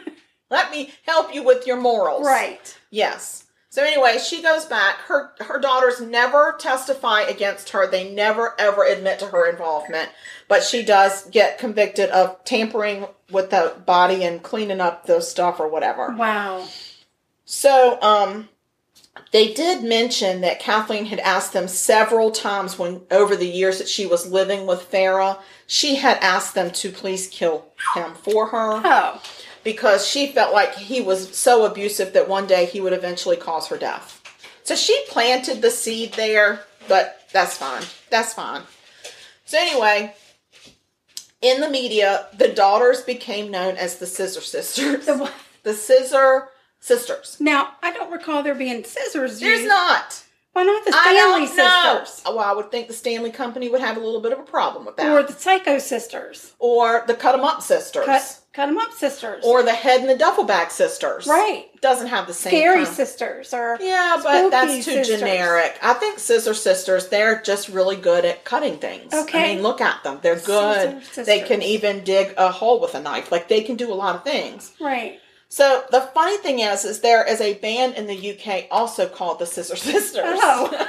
Let me help you with your morals.
right.
Yes. So anyway, she goes back. Her her daughters never testify against her. They never ever admit to her involvement. But she does get convicted of tampering with the body and cleaning up the stuff or whatever.
Wow.
So um they did mention that Kathleen had asked them several times when over the years that she was living with Farah, she had asked them to please kill him for her
Oh,
because she felt like he was so abusive that one day he would eventually cause her death. So she planted the seed there, but that's fine. That's fine. So anyway, in the media, the daughters became known as the Scissor Sisters.
The what?
The Scissor Sisters.
now I don't recall there being scissors.
There's
used.
not.
Why not the
I
Stanley
don't know.
sisters
Well, I would think the Stanley Company would have a little bit of a problem with that.
or the Psycho sisters?
Or the Cut 'em Up Sisters.
Cut, cut 'em up sisters.
Or the Head in the Duffel Bag Sisters.
right,
Doesn't have the same
scary
kind.
sisters or
Yeah, but that's
Spooky
too
sisters.
generic. I think Scissor Sisters, they're just really good at cutting things. I
Okay.
mean, look at them. They're good.
Scissor
They can
sisters.
even dig a hole with a knife. Like they can do a lot of things.
right.
So the funny thing is, is there is a band in the UK also called the Scissor Sisters.
Oh.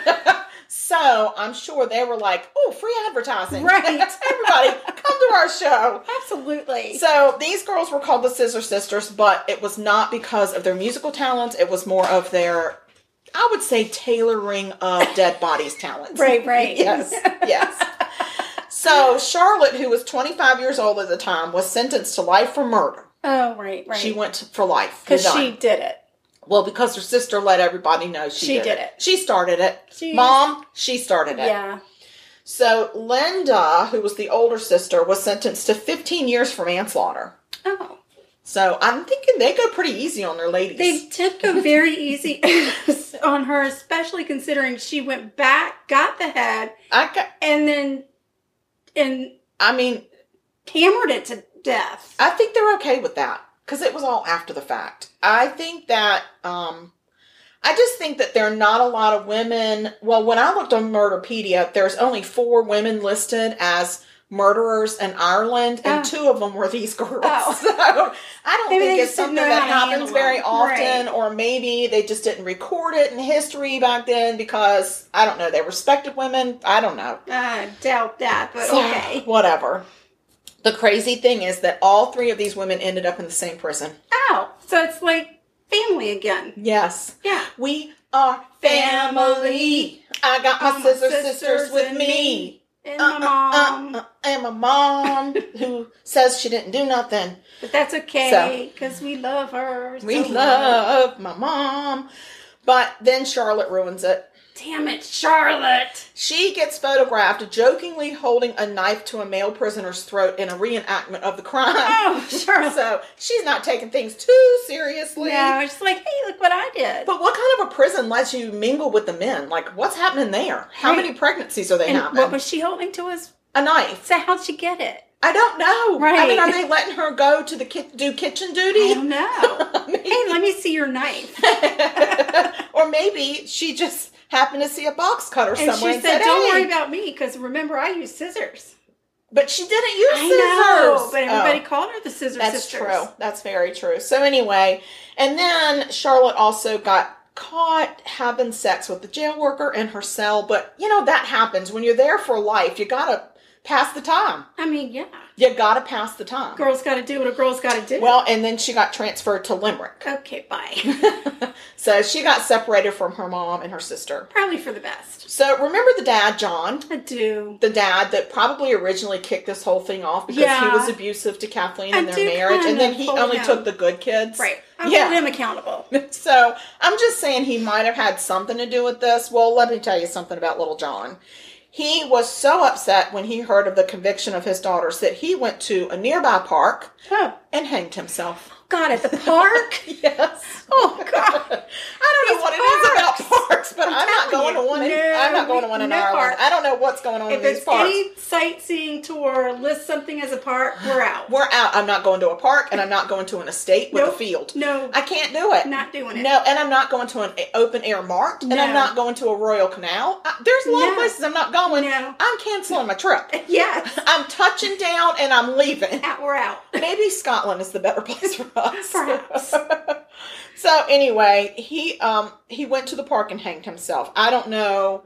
so I'm sure they were like, oh, free advertising.
Right.
Everybody, come to our show.
Absolutely.
So these girls were called the Scissor Sisters, but it was not because of their musical talents. It was more of their, I would say, tailoring of dead bodies talents.
right, right.
Yes. Yes. so Charlotte, who was 25 years old at the time, was sentenced to life for murder.
Oh, right, right.
She went to- for life.
because
You're
she
done.
did it.
well, because her sister let everybody know she,
She
did,
did
it.
it.
She started it.
She-
Mom, she started it.
Yeah.
So Linda, who was the older sister, was sentenced to 15 years for manslaughter.
Oh,
So I'm thinking they go pretty easy on their ladies.
they did go very easy on her, especially considering she went back, got the head,
I, ca-
and then and
I mean,
hammered it to death.
I think they're okay with that because it was all after the fact. I think that, um, I just think that there are not a lot of women. Well, when I looked on Murderpedia, there's only four women listed as murderers in Ireland, and
Oh.
two of them were these girls.
Oh.
So I don't
Maybe
think
they
it's
just
something
didn't know
that
how to
happens
handle
very
them.
often, or maybe they just didn't record it in history back then because I don't know. They respected women. I don't know.
I doubt that, but
So,
okay.
Whatever. The crazy thing is that all three of these women ended up in the same prison.
Ow! So it's like family again.
Yes.
Yeah.
We are family. I got my,
All my
sister
sisters
sisters with
and
me.
me. Um, And
Uh,
my mom.
uh, uh, and my mom, who says she didn't do nothing.
But that's okay, because we love her. so
We
much.
love my mom. But then Charlotte ruins it.
Damn it, Charlotte.
She gets photographed jokingly holding a knife to a male prisoner's throat in a reenactment of the crime.
Oh, Charlotte.
So she's not taking things too seriously.
No, it's like, hey, look what I did.
But what kind of a prison lets you mingle with the men? Like, what's happening there? How
Right.
many pregnancies are they
and
having?
what was she holding to us?
a knife?
So how'd she get it?
I don't know. I
Right.
mean, are they letting her go to the ki- do kitchen
I
duty?
don't know.
I mean-
hey, let me see your knife.
or maybe she just happened to see a box cutter
And
somewhere
she
and
said, "Don't
"Hey."
worry about me, because remember I use scissors."
but she didn't use
I
scissors.
know, but everybody
Oh,
called her the scissor
that's
sisters.
true. That's very true. So anyway, and then Charlotte also got caught having sex with the jail worker in her cell. But you know that happens when you're there for life. You gotta pass the time.
I mean, yeah,
You gotta pass the time.
girls got to do what a girl's got to do.
Well, and then she got transferred to Limerick.
okay, bye.
so she got separated from her mom and her sister.
Probably for the best.
So remember the dad, John?
I do.
The dad that probably originally kicked this whole thing off because
Yeah.
he was abusive to Kathleen
I
in their
do
marriage, and
kind
then
of
he
hold
only
him.
took the good kids.
Right. I
Yeah.
hold him accountable.
So I'm just saying he might have had something to do with this. Well, let me tell you something about little John. He was so upset when he heard of the conviction of his daughters that he went to a nearby park
Oh
and hanged himself.
God, at the park.
Yes.
oh God.
I don't know
These
what it is about parks, but I'm, not going
telling
to
you,
one. in,
no,
I'm not going to one in
no
Ireland.
parks.
I don't know what's going on
If
in these
it's
parks.
any sightseeing tour, list something as a park, we're out.
We're out. I'm not going to a park, and I'm not going to an estate with a
Nope.
field.
No,
I can't do it.
not doing it.
No, and I'm not going to an open air marked, and I'm
No.
not going to a Royal Canal. I, there's a lot of
No.
places I'm not going.
No.
I'm canceling my trip.
Yes,
I'm touching down and I'm leaving.
out, we're out.
Maybe Scotland is the better place for us.
Perhaps.
so anyway, he um he went to the park and hanged himself. I don't know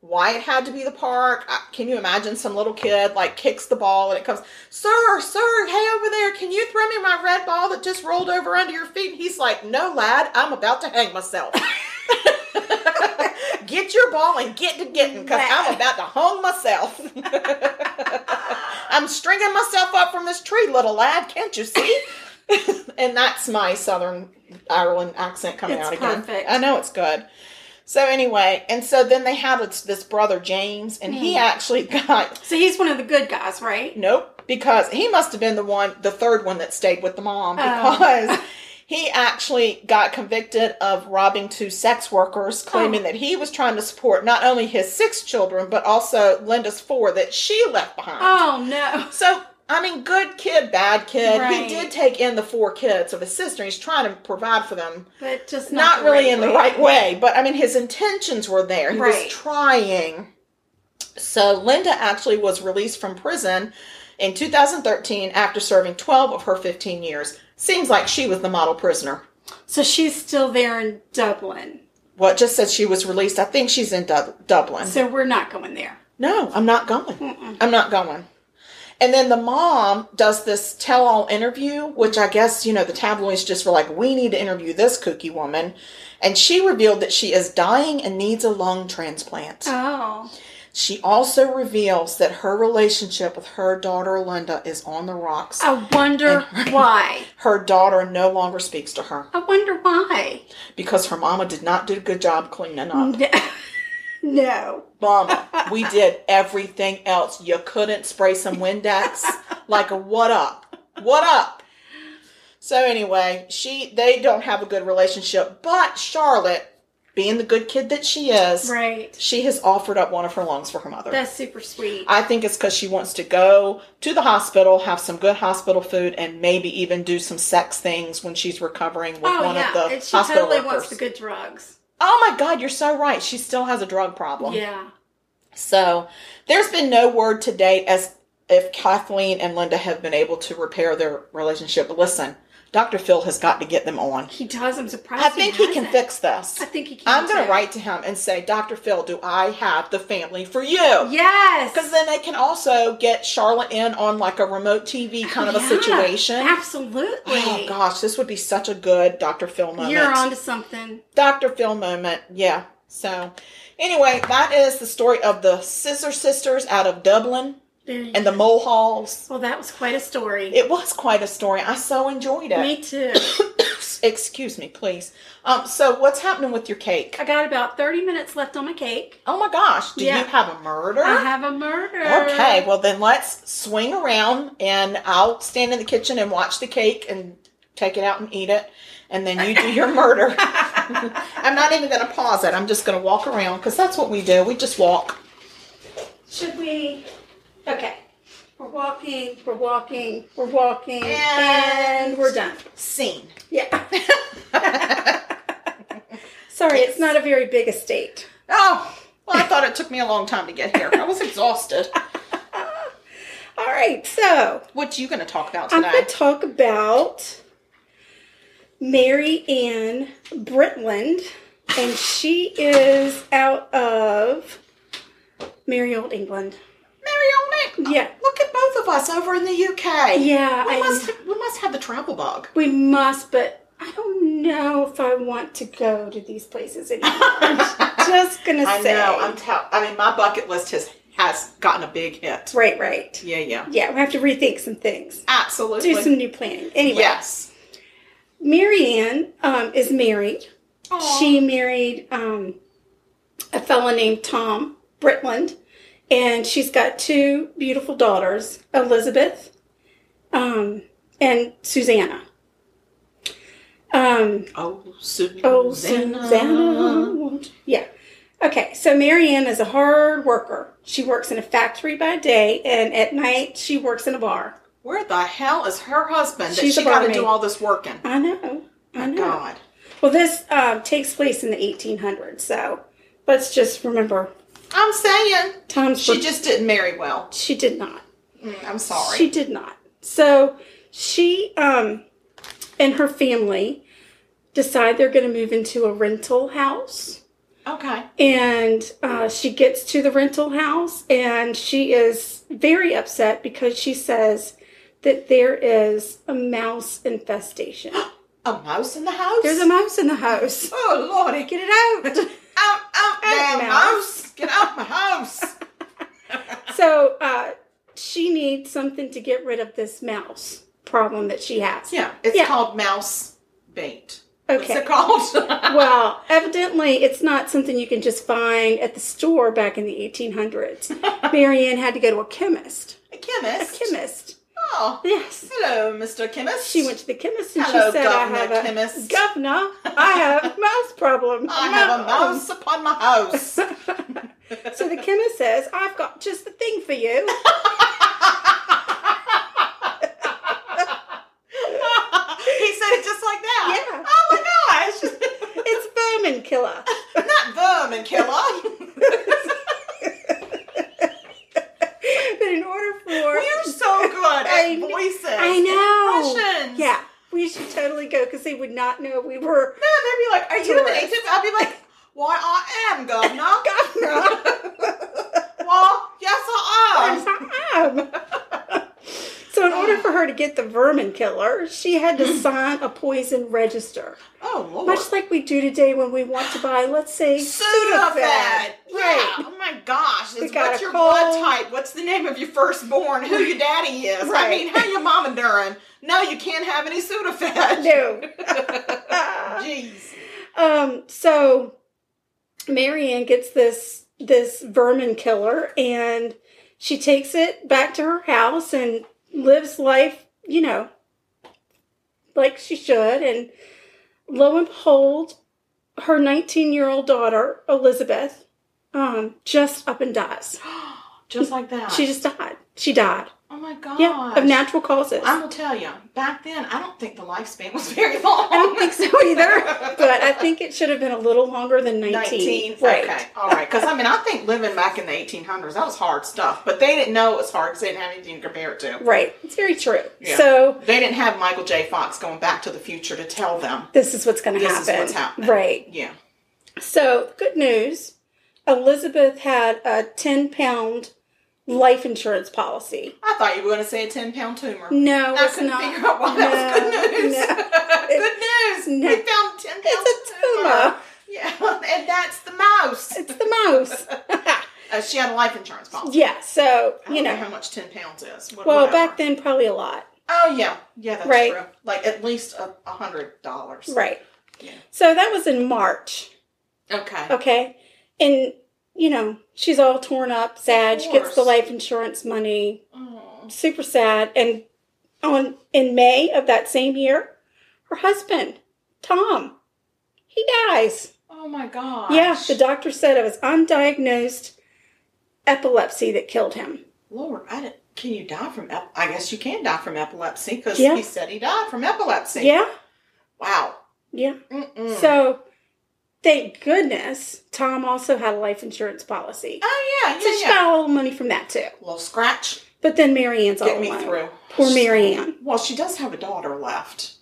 why it had to be the park. I, can you imagine some little kid like kicks the ball and it comes, "Sir, sir, hey over there, can you throw me my red ball that just rolled over under your feet?" And he's like, "No, lad, I'm about to hang myself." get your ball and get to getting because I'm about to hung myself. I'm stringing myself up from this tree, little lad. Can't you see? and that's my Southern Ireland accent coming
It's
out again.
perfect.
I know it's good. So anyway, and so then they had this, this brother James, and
Hmm.
he actually got
So he's one of the good guys, right?
nope because he must have been the one, the third one that stayed with the mom
Oh.
because he actually got convicted of robbing two sex workers, claiming
Oh.
that he was trying to support not only his six children but also Linda's four that she left behind.
Oh no.
So, I mean, good kid, bad kid. He
Right.
did take in the four kids of his sister. He's trying to provide for them.
But just
Not,
not,
really in the
way.
right way, but I mean, his intentions were there. He was
Right.
trying. So, Linda actually was released from prison in 2013 after serving 12 of her 15 years. Seems like she was the model prisoner.
So she's still there in Dublin.
Well, it just says she was released. I think she's in Dub- Dublin.
So we're not going there.
No, I'm not going. I'm not going. And then the mom does this tell all interview, which I guess, you know, the tabloids just were like, we need to interview this cookie woman. And she revealed that she is dying and needs a lung transplant.
Oh.
She also reveals that her relationship with her daughter Linda is on the rocks.
I wonder why.
Her daughter no longer speaks to her
I wonder why.
because her mama did not do a good job cleaning up.
No. no.
Mama, we did everything else. You couldn't spray some Windex like a what up? What up? So anyway, she they don't have a good relationship, but Charlotte, being the good kid that she is,
Right.
she has offered up one of her lungs for her mother.
That's super sweet.
I think it's because she wants to go to the hospital, have some good hospital food, and maybe even do some sex things when she's recovering with one
oh yeah.
of the
and she
hospital
totally
workers.
wants the good drugs.
oh my God, you're so right. She still has a drug problem.
Yeah.
So there's been no word to date as if Kathleen and Linda have been able to repair their relationship. But listen, Dr. Phil has got to get them on.
He does. I'm surprised.
I think he can
hasn't.
fix this.
I think he can.
I'm going to
too.
write to him and say, Dr. Phil, do I have the family for you?
Yes.
Because then they can also get Charlotte in on like a remote TV kind of a
Oh, Yeah,
situation.
Absolutely.
Oh gosh, this would be such a good Dr. Phil moment.
You're onto something.
Dr. Phil moment. Yeah. So, anyway, that is the story of the Scissor Sisters out of Dublin
There you
and the Mole Halls.
Well, that was quite a story.
It was quite a story. I so enjoyed it.
Me too.
Excuse me, please. Um, so what's happening with your cake?
I got about 30 minutes left on my cake.
Oh my gosh, do
Yeah.
you have a murder?
I have a murder.
Ah. Okay, well then let's swing around and I'll stand in the kitchen and watch the cake and take it out and eat it. And then you do your murder. I'm not even going to pause it. I'm just going to walk around because that's what we do. We just walk.
Should we? Okay. We're walking, we're walking, we're walking, and,
And-
we're done.
Scene.
Yeah. Sorry, it's not a very big estate.
Oh, well, I thought it took me a long time to get here. I was exhausted.
All right, so
What you going to talk about
I'm
today?
going to talk about Mary Ann Britland, and she is out of Merry Old England.
Mary on it.
Yeah.
Look at both of us over in the UK.
Yeah,
We
I-
must, we must have the travel bug.
We must, but I don't know if I want to go to these places anymore. I'm just gonna
I
say,
know. I'm tell- I mean, my bucket list has, has gotten a big hit.
right, right.
Yeah, yeah.
Yeah, we have to rethink some things,
Absolutely.
do some new planning. Anyway,
yes.
Mary Ann um, is married. She married um, a fellow named Tom Britland, and she's got two beautiful daughters, Elizabeth um, and Susanna. Um,
Oh, Susanna.
Oh, Susanna. Yeah. Okay, so Marianne is a hard worker. She works in a factory by day, and at night she works in a bar.
Where the hell is her husband that
She's
she
a
got to
barmaid.
do all this working?
I know. I know.
God.
Well, this um, takes place in the 1800s, so let's just remember
I'm saying
Tom's.
she just didn't marry well.
she did not.
Mm, I'm sorry.
She did not. So she um, and her family decide they're going to move into a rental house.
okay.
and uh, she gets to the rental house and she is very upset because she says that there is a mouse infestation.
A mouse in the house?
There's a mouse in the house.
Oh, Lordy.
Get it out.
Out, out, damn
Mouse.
house. Get out my house.
So uh, she needs something to get rid of this mouse problem that she has.
Yeah, it's
Yeah.
called mouse bait. What's
Okay.
it called?
Well, evidently, it's not something you can just find at the store back in the 1800s. Marianne had to go to a chemist.
a
A
chemist.
chemist.
Oh,
Yes.
hello, Mr. Chemist.
She went to the chemist and
Hello,
she said,
Governor
I have a
Chemist."
governor. I have a mouse problem.
I have a mouse upon my house.
so the chemist says, I've got just the thing for you.
he said it just like that.
Yeah.
Oh my gosh.
It's vermin killer.
Not vermin killer.
But in order for
You're so good
I
at
kn-
voices.
I know.
Impressions.
Yeah, we should totally go because they would not know we were.
No, they'd be like, "Are you
Tourist.
native?" I'd be like, "Why I am, governor."
Governor.
well, yes I am.
so in order for her to get the vermin killer, she had to
Mm-hmm.
sign a poison register,
Oh lord.
much like we do today when we want to buy, let's say,
Sudafed.
Sudafed.
Yeah.
Right.
Oh my gosh. It's
got
what's
a
your
cold.
blood type? What's the name of your firstborn? Who your daddy is? I
Right.
mean, how your mama doing? No, you can't have any Sudafed.
No.
Jeez.
um. So Marianne gets this this vermin killer, and she takes it back to her house and lives life, you know, like she should. And lo and behold, her 19 year old daughter Elizabeth um, just up and dies.
Just like that.
She just died. She died.
oh my gosh.
Yeah, of natural causes.
I will tell you, back then, I don't think the lifespan was very
I don't
long.
think so either, but I think it should have been a little longer than 19.
19.
Right.
Okay. All right. Because, I mean, I think living back in the 1800s, that was hard stuff. But they didn't know it was hard because they didn't have anything to compare it to.
Right. It's very true.
Yeah.
So
They didn't have Michael J. Fox going back to the future to tell them.
this is what's going to
This
happen.
is what's happening.
Right.
Yeah.
So good news. Elizabeth had a 10 pound life insurance policy.
I thought you were going to say a 10 pound tumor.
No,
I
it's
couldn't
not.
figure out why that was
No,
good news.
no.
good news.
no.
We found 10 pounds.
It's a tumor.
Yeah. And that's the mouse.
It's the mouse.
Uh, she had a life insurance policy.
yeah. So,
I don't
you
how
know,
much 10 pounds is. What-
well,
whatever.
back then, probably a lot.
Oh, yeah. Yeah, that's
Right.
true. Like at least a a hundred dollars.
Right.
Yeah.
So that was in March.
Okay.
Okay. And, you know, she's all torn up, sad. She gets the
course.
life insurance money,
Oh.
super sad. And on in May of that same year, her husband, Tom, he dies.
Oh, my gosh.
Yeah, the doctor said it was undiagnosed epilepsy that killed him.
Lord, I didn't. Can you die from? Ep- I guess you can die from epilepsy because
Yeah.
he said he died from epilepsy.
Yeah,
Wow.
yeah.
Mm-mm.
So thank goodness Tom also had a life insurance policy.
Oh yeah,
So
yeah,
she
yeah.
got all the money from that too.
Little scratch,
But then Marianne's all
get me
alone.
through.
Oh, Poor Marianne.
Well, she does have a daughter left.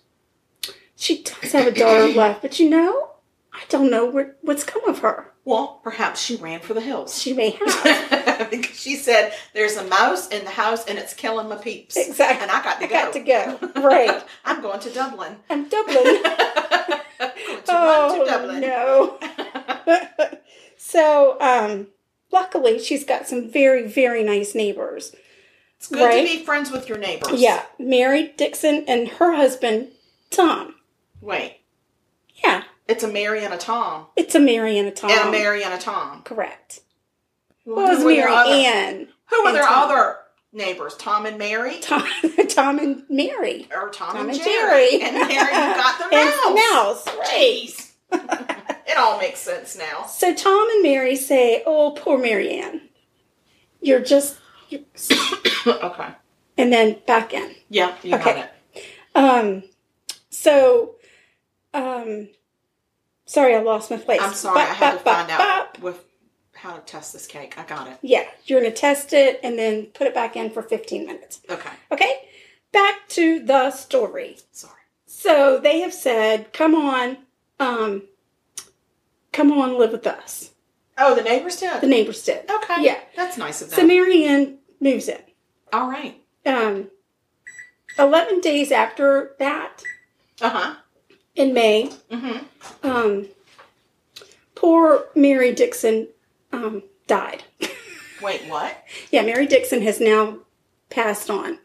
She does have a daughter left, but you know, I don't know what, what's come of her.
Well, perhaps she ran for the hills.
She may have.
because she said, "There's a mouse in the house and it's killing my peeps."
Exactly.
And I got to
I
go.
got to go. Right.
I'm going to Dublin.
I'm Dublin.
Going to run to
oh,
Dublin.
no. so, um, luckily, she's got some very, very nice neighbors.
It's good
Right.
to be friends with your neighbors.
Yeah, Mary Dixon and her husband, Tom.
Wait.
Yeah,
It's a Mary and a Tom.
it's a Mary and a Tom.
And a Mary and a Tom.
Correct.
Um, Well,
What was
were their
Mary
other-
Ann?
Who were
and
their
Tom?
other neighbors? Tom and Mary?
Tom, Tom and Mary.
Or Tom, and,
Tom and
Jerry.
Jerry.
And Mary got the
And
mouse.
mouse. Right.
Jeez. it all makes sense now.
So Tom and Mary say, "Oh, poor Marianne, you're just," you're...
okay.
and then back in.
Yeah, you got
Okay.
it.
Um, so, um, sorry, I lost my place.
I'm sorry, I
Bop,
had to
bop, bop,
find out
bop.
with how to test this cake. I got it.
Yeah, you're gonna test it and then put it back in for 15 minutes.
Okay.
Okay, back to the story.
Sorry.
So they have said, "Come on, um, come on, live with us."
Oh, the neighbors
The
did?
neighbors did.
Okay.
Yeah.
That's nice of them.
So Marianne moves in.
all right.
um, 11 days after that
Uh huh.
in May,
Mm-hmm. Mm hmm.
um, poor Mary Dixon um, died.
Wait, what?
Yeah, Mary Dixon has now passed on.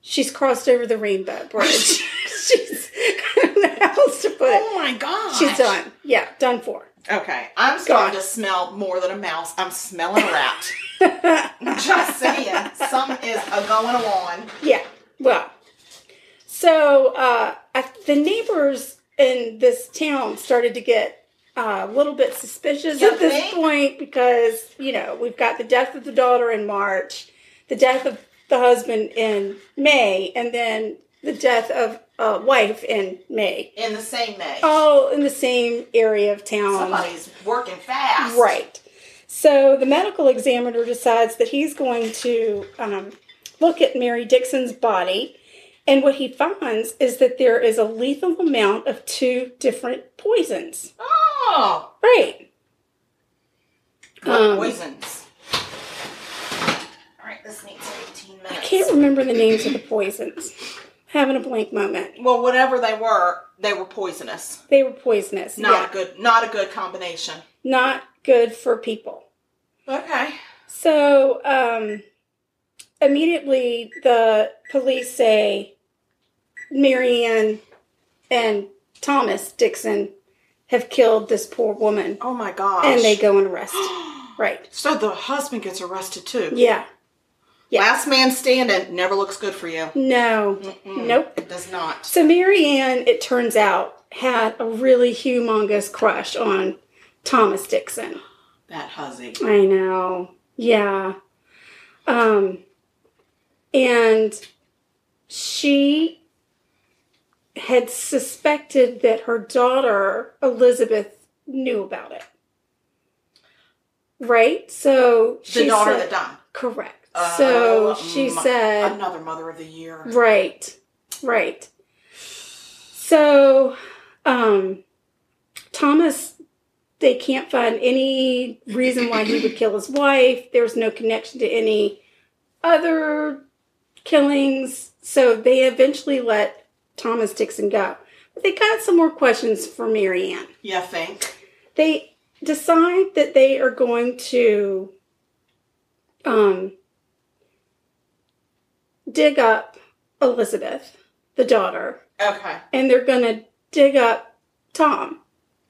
She's crossed over the rainbow bridge. She's I don't know how else to put it.
Oh my god.
She's done. Yeah, done for.
Okay, I'm starting
God.
to smell more than a mouse. I'm smelling a rat. Just saying, something is a going on.
Yeah. Well, so uh, I, the neighbors in this town started to get uh, a little bit suspicious
You
at this
think?
point because you know we've got the death of the daughter in March, the death of the husband in May, and then the death of a wife in May,
in the same May.
all in the same area of town.
Somebody's working fast.
Right. So the medical examiner decides that he's going to um, look at Mary Dixon's body, and what he finds is that there is a lethal amount of two different poisons.
Oh,
Right.
what
Um,
poisons. All right, this needs 18 minutes.
I can't remember the names of the poisons. Having a blank moment.
Well, whatever they were, they were poisonous.
They were poisonous.
Not
yeah.
a good, not a good combination.
Not good for people.
Okay.
So um, immediately the police say Marianne and Thomas Dixon have killed this poor woman,
Oh my gosh.
and they go and arrest. right?
So the husband gets arrested too.
Yeah.
Last man standing never looks good for you.
No. Nope.
It does not.
So Marianne, it turns out, had a really humongous crush on Thomas Dixon.
That hussy.
I know. Yeah. Um and she had suspected that her daughter Elizabeth knew about it. Right? So
The daughter that died.
correct. so
Um,
she said
another mother of the year.
Right. Right. So, um, Thomas, they can't find any reason why he would kill his wife. There's no connection to any other killings. So they eventually let Thomas Dixon go. But they got some more questions for Marianne.
You think?
They decide that they are going to um, dig up Elizabeth, the daughter,
Okay.
and they're going to dig up Tom,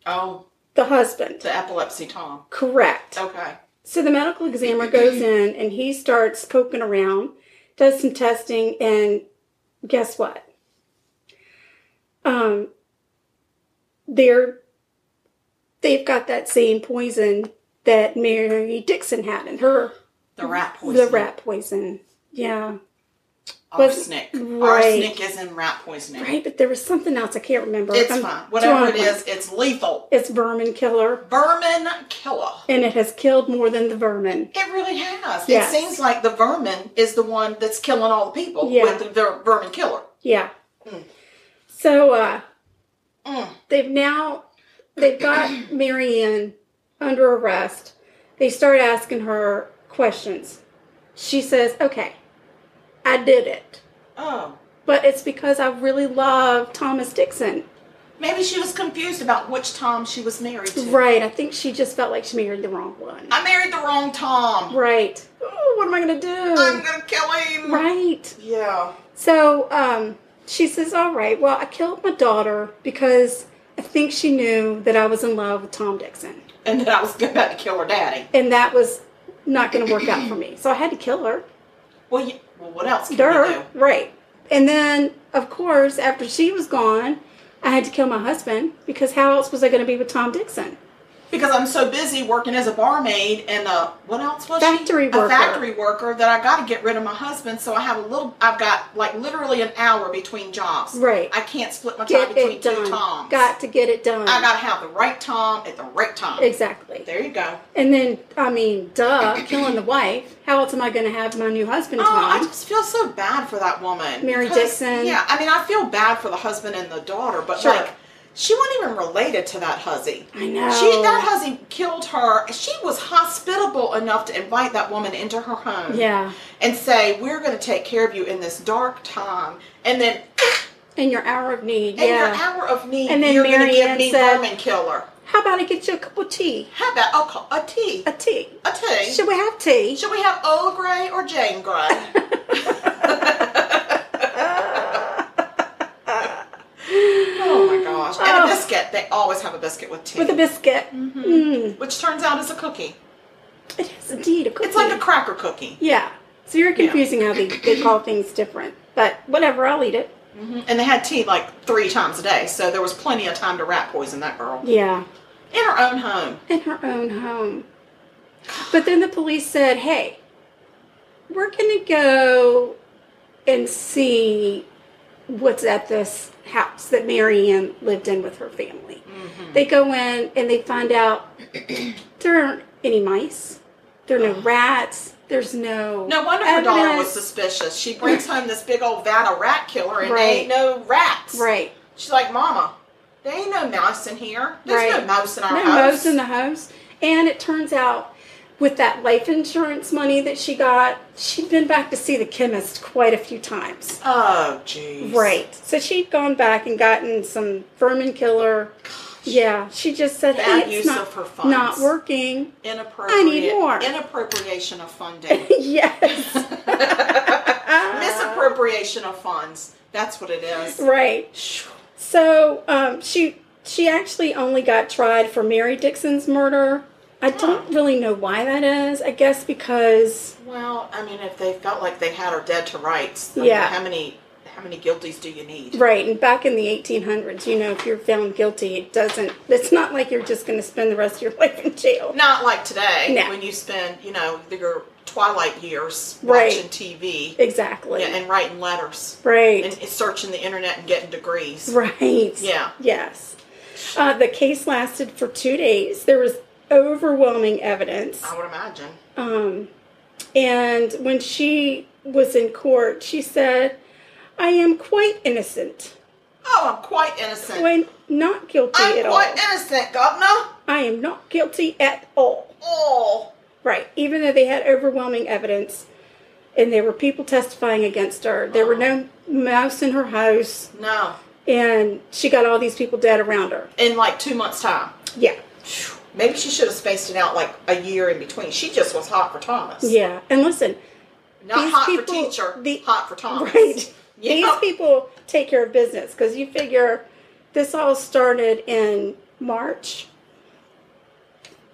Oh,
the husband.
the epilepsy Tom.
Correct.
Okay.
So the medical examiner goes in and he starts poking around, does some testing, and guess what? Um, they're they've got that same poison that Mary Dixon had in her
The rat poison.
the rat poison. Yeah, was-
Arsenic.
right.
Arsenic is in rat poisoning.
right. But there was something else I can't remember.
It's
I'm
fine. Whatever it
drawing a
is,
blank.
it's lethal.
it's vermin killer,
Vermin killer.
and it has killed more than the vermin.
It really has.
Yes.
It seems like the vermin is the one that's killing all the people
Yeah.
with the, the vermin killer.
Yeah. So uh,
Mm.
they've now they've got Marianne under arrest. They start asking her questions. She says, "Okay, I did it,
Oh.
but it's because I really love Thomas Dixon."
Maybe she was confused about which Tom she was married to.
Right. I think she just felt like she married the wrong one.
I married the wrong Tom.
Right. Oh, what am I gonna do?
I'm gonna kill him.
right.
Yeah.
So um, she says, All right, well, I killed my daughter because I think she knew that I was in love with Tom Dixon.
And then I was about to kill her daddy.
And that was not going to work out for me. So I had to kill her.
Well, you, well what else can you
Durr.
do?
Right. And then, of course, after she was gone, I had to kill my husband because how else was I going to be with Tom Dixon?
Because I'm so busy working as a barmaid and a what else was
Factory
she?
worker.
A factory worker that I got to get rid of my husband. So I have a little. I've got like literally an hour between jobs.
Right.
I can't split my time
Get
between
it
two
done.
Toms.
Got to get it done.
I gotta have the right Tom at the right time.
exactly.
There you go.
And then, I mean, duh, killing the wife. How else am I going to have my new husband?
Oh,
Tom?
I just feel so bad for that woman.
Mary
because-
Dixon.
Yeah, I mean, I feel bad for the husband and the daughter, but
Sure.
like, she wasn't even related to that hussy.
I know.
She that hussy killed her. She was hospitable enough to invite that woman into her home.
Yeah.
And say, We're gonna take care of you in this dark time and then
In your hour of need.
in
yeah.
your hour of need
And then
you're gonna
Mary
give
Ann
me
said-
vermin killer.
How about I get you a cup of tea?
How about I'll call a tea?
A tea.
A tea.
Should we have tea?
Should we have Old Grey or Jane Grey? oh my gosh. And
Oh.
a biscuit. They always have a biscuit with tea.
With a biscuit.
Mm-hmm.
Mm,
which turns out is a cookie.
it is indeed a cookie.
It's like a cracker cookie.
Yeah. So you're confusing how they, they call things different. But whatever, I'll eat it.
Mm-hmm. And they had tea like three times a day, so there was plenty of time to rat poison that girl.
Yeah.
In her own home.
In her own home. But then the police said, hey, we're going to go and see what's at this house that Marianne lived in with her family.
Mm-hmm.
They go in and they find out there aren't any mice, there are no rats, there's no.
Oh. No wonder her daughter was
evidence.
suspicious. She brings home this big old vat of rat killer and
Right.
they ain't no rats.
Right.
She's like, Mama, there ain't no mouse in here. There's
Right.
no mouse in our
No
house.
mouse in the house. And it turns out with that life insurance money that she got, she'd been back to see the chemist quite a few times.
Oh, jeez.
Right. So she'd gone back and gotten some vermin killer. Yeah. She just said,
Bad
hey,
use
it's not,
of her funds.
not working.
Inappropriate.
more.
Inappropriation of funding.
yes. Uh.
Misappropriation of funds. That's what it is.
Right. So um, she she actually only got tried for Mary Dixon's murder. I don't really know why that is. I guess because
Well, I mean, if they felt like they had her dead to rights, I
Yeah.
Mean, how many how many guilties do you need?
Right, and back in the 1800s, you know, if you're found guilty, it doesn't. It's not like you're just going to spend the rest of your life in jail.
Not like today
No.
when you spend you know your twilight years
Right.
watching TV
Exactly.
yeah, and writing letters
right.
and searching the internet and getting degrees.
right.
Yeah.
Yes. Uh, the case lasted for two days. There was overwhelming evidence.
I would imagine.
Um, and when she was in court, she said, "I am quite innocent.
Oh, I'm quite innocent.
I'm not guilty
I'm
at
quite
all.
innocent, Governor.
I am not guilty at all."
Oh,
Right. Even though they had overwhelming evidence and there were people testifying against her, there were no mouse in her house,
no.
and she got all these people dead around her.
In like two months' time.
Yeah.
Maybe she should have spaced it out like a year in between. She just was hot for Thomas.
Yeah. And listen,
Not
These
hot for
people-
teacher,
the-
hot for Thomas.
right.
Yeah.
These people take care of business because you figure this all started in March.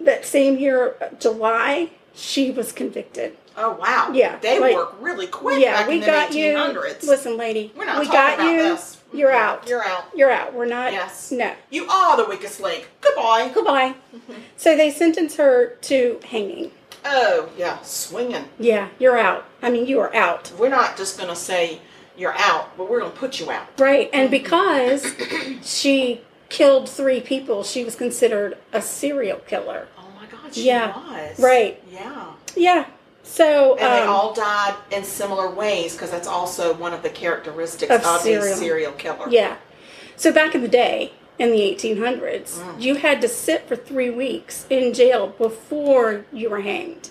That same year, July, she was convicted.
Oh wow!
Yeah,
they
like-
work really quick.
yeah,
back
we
in the
got
1800s.
you. Listen, lady,
We're not
we
talking
got
about
you.
this.
You're out.
You're out.
You're out. We're not.
Yes.
No.
You are the weakest link. Goodbye.
Goodbye. So they sentenced her to hanging.
Oh yeah, swinging.
Yeah, you're out. I mean, you are out.
We're not just gonna say you're out, but we're gonna put you out.
Right. And because she killed three people, she was considered a serial killer.
Oh my God, she
Yeah,
was
right.
Yeah,
Yeah. So,
and they
um,
all died in similar ways because that's also one of the characteristics
Of
of, a
serial-
serial killer.
yeah. So back in the day, in the 1800s, you had to sit for three weeks in jail before you were hanged.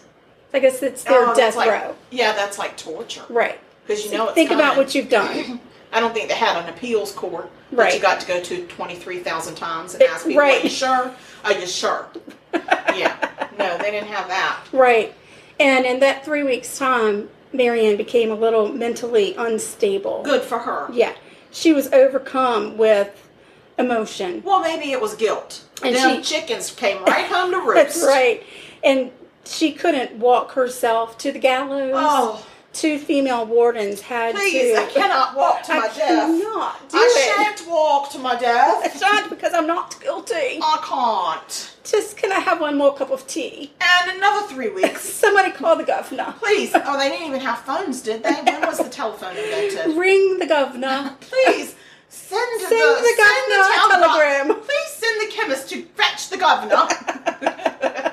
I guess it's their
Oh, that's
death
like,
row.
Yeah, that's like torture.
Right.
Because you know, it's
Think about
coming.
what you've done.
I don't think they had an appeals court that
Right.
you got to go to 23,000 times and
It-
ask people, are you
right.
sure? Are you sure? yeah. No, they didn't have that.
Right. And in that three weeks' time, Marianne became a little mentally unstable.
Good for her.
Yeah. She was overcome with emotion.
Well, maybe it was guilt.
And
Them
she-
chickens came right home to roost.
That's right. And she couldn't walk herself to the gallows.
Oh.
Two female wardens had
Please,
to.
I cannot walk to
I
my death.
cannot do
I
it.
shan't walk to my death.
Shan't because I'm not guilty.
I can't.
Just can I have one more cup of tea?
And another three weeks.
Somebody call the governor.
Please. Oh, they didn't even have phones, did they? When was the telephone invented?
Ring the governor.
Please send,
Send
the,
the
send the
governor a
town doc-
telegram.
Please send the chemist to fetch the governor.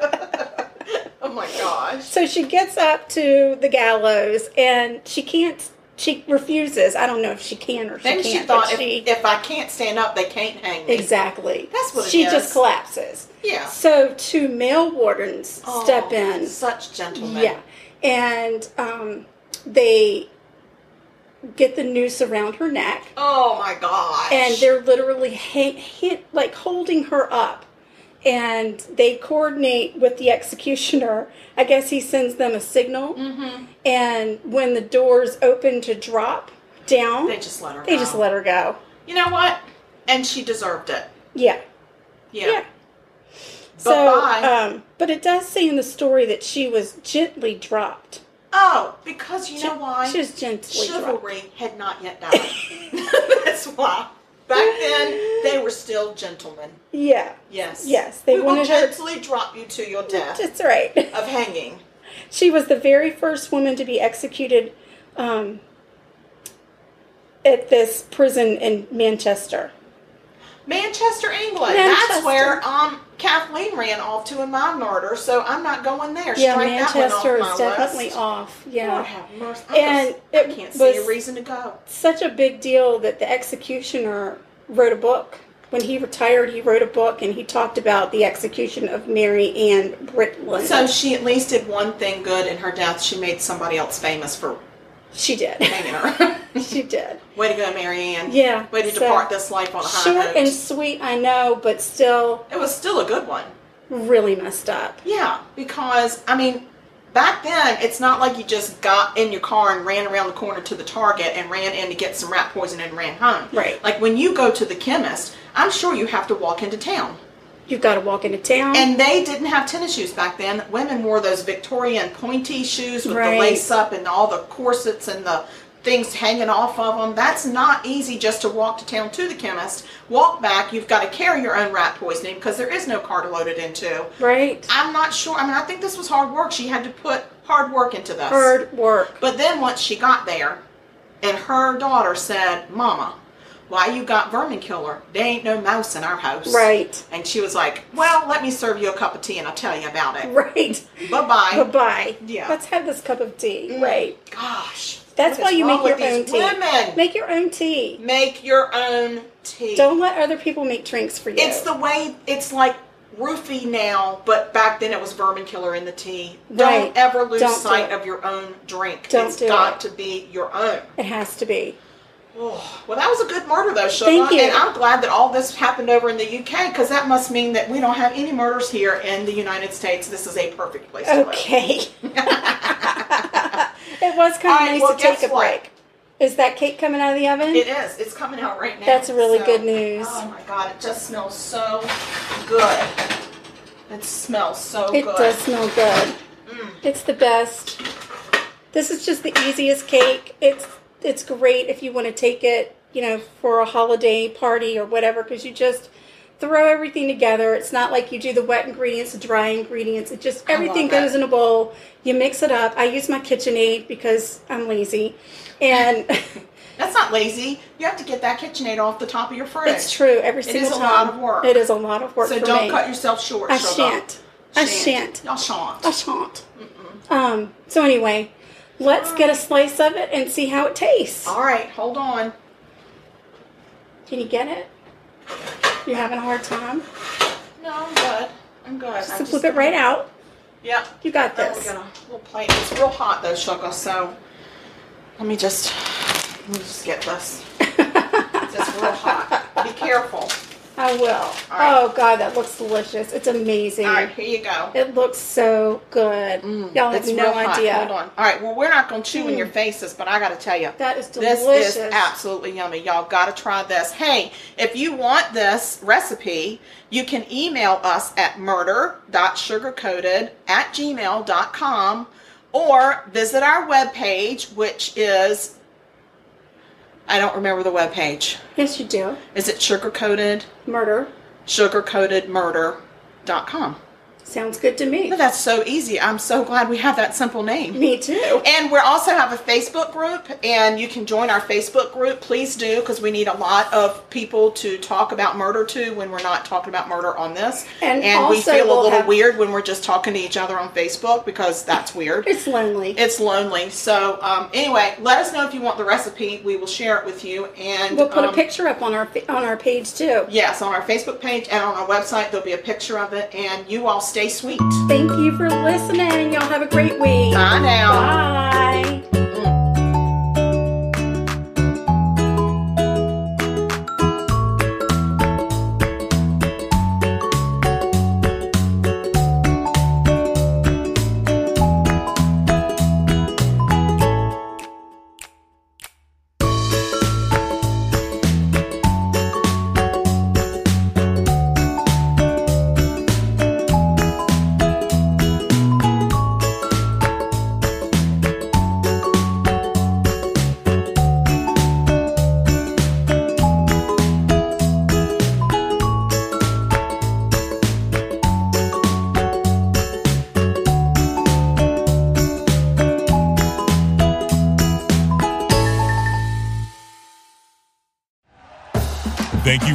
oh my gosh.
So she gets up to the gallows and she can't. She refuses. I don't know if she can or she
Then
can't.
she
but
thought, if,
she-
if I can't stand up, they can't hang me.
exactly.
That's what it
she
is.
just collapses.
Yeah.
So two male wardens
Oh,
step in.
Such gentlemen.
Yeah, and um, they get the noose around her neck,
Oh my gosh.
and they're literally ha- ha- like holding her up and they coordinate with the executioner. I guess he sends them a signal,
Mm-hmm.
and when the doors open to drop down,
They
they,
just let her. go.
just let her go.
You know what? And she deserved it.
Yeah,
Yeah.
yeah. So,
Bye-bye.
um, but it does say in the story that she was gently dropped.
Oh, because you know
Gen-
why?
She was gently dropped.
Chivalry had not yet died. That's why. Back then, they were still gentlemen.
Yeah,
Yes.
Yes, they
we will
wanted her-
gently drop you to your death
that's right.
of hanging.
She was the very first woman to be executed um, at this prison in Manchester.
Manchester, England. That's
Manchester.
where um Kathleen ran off to in my murder, so I'm not going there.
Yeah,
Strike
Manchester
that one
is
off my
definitely
list.
off.
Lord
Yeah.
have mercy. I
And
just-
it
I can't see a
was-
reason to go.
Such a big deal that the executioner wrote a book. When he retired, he wrote a book and he talked about the execution of Mary Ann Britland.
So she at least did one thing good in her death. She made somebody else famous for
she did.
hanging her.
she did.
Way to go, Marianne.
Yeah,
Way to
so-
depart this life on a high
Short
note.
and sweet, I know, but still
it was still a good one.
really messed up.
Yeah, because I mean, back then it's not like you just got in your car and ran around the corner to the Target and ran in to get some rat poison and ran home.
Right.
Like when you go to the chemist, I'm sure you have to walk into town.
You've got to walk into town.
And they didn't have tennis shoes back then. Women wore those Victorian pointy shoes with the
Right.
lace up and all the corsets and the things hanging off of them. That's not easy just to walk to town to the chemist, walk back. You've got to carry your own rat poisoning because there is no car to load it into.
right?
I'm not sure. I mean, I think this was hard work. She had to put hard work into this.
Hard work.
But then once she got there, and her daughter said, "Mama, why you got vermin killer? There ain't no mouse in our house."
Right.
And she was like, "Well, let me serve you a cup of tea and I'll tell you about it."
Right.
Bye
Bye
bye.
bye.
Yeah.
Let's have this cup of tea. Right.
Gosh,
That's
what
why
is
you
wrong
make your
with
own
these
tea.
Women, make,
Make your own tea.
your own tea.
Don't let other people make drinks for you.
It's the way. It's like roofie now, but back then it was vermin killer in the tea.
Right.
Don't ever lose
Don't do
sight
it.
of your own drink.
Don't
It's
do
got
it.
to be your own.
It has to be.
Oh, well, that was a good murder, though, Shona.
Thank you.
And I'm glad that all this happened over in the UK because that must mean that we don't have any murders here in the United States. This is a perfect place to live.
Okay. it was
All right,
kind of nice
well,
to take
guess
a
what?
break. Is that cake coming out of the oven?
It is. It's coming out right now.
That's really good news.
Oh my god, it just smells so good. It smells so
It
Oh, good. Mm.
does smell good. It's the best. This is just the easiest cake. It's it's great if you want to take it, you know, for a holiday party or whatever cuz you just throw everything together. It's not like you do the wet ingredients, the dry ingredients. It just
I love
everything
that.
goes in a bowl. You mix it up. I use my KitchenAid because I'm lazy. And
That's not lazy. You have to get that KitchenAid off the top of your fridge.
it's true every single
is a
time.
lot of work.
It is a lot of work
So
for
don't
me.
cut yourself short.
I
Shona.
shan't. I shan't.
Y'all shan't.
a chant. Um, so anyway, let's get a slice of it and see how it tastes.
All right, hold on.
Can you get it? You're having a hard time.
No, I'm good. I'm good. I
Just
just-
flip it right out.
Yep.
You got
Now we're
this.
gonna we'll plate. It's real hot though, Sugar, so let me just let me just get this. It's just real hot. Be careful.
I will.
right.
Oh god, that looks delicious. It's amazing.
All right, here you go.
It looks so good. Y'all have
It's
no
real hot.
idea. Hmm.
Hold on. All right, well we're not gonna chew in your faces, but I gotta tell you.
That is
This
delicious.
is absolutely yummy. Y'all got to try this. Hey, if you want this recipe, you can email us at murder.sugarcoated at gmail.com or visit our webpage, which is, I don't remember the webpage.
yes, you do.
Is it sugarcoated?
Murder.
Sugarcoatedmurder.com.
Sounds good to me.
That's so easy. I'm so glad we have that simple name.
Me too.
And we also have a Facebook group, and you can join our Facebook group. Please do, because we need a lot of people to talk about murder to when we're not talking about murder on this.
And
we
also
feel a
we'll
little
have-
weird when we're just talking to each other on Facebook because that's weird.
It's lonely.
It's lonely. So, um, anyway, let us know if you want the recipe. We will share it with you. And
we'll put
um,
a picture up on our on our page too.
Yes, on our Facebook page and on our website, there'll be a picture of it. And you all stay sweet. Bye
Thank you for listening. Y'all have a great week.
now.
Bye.
Thank you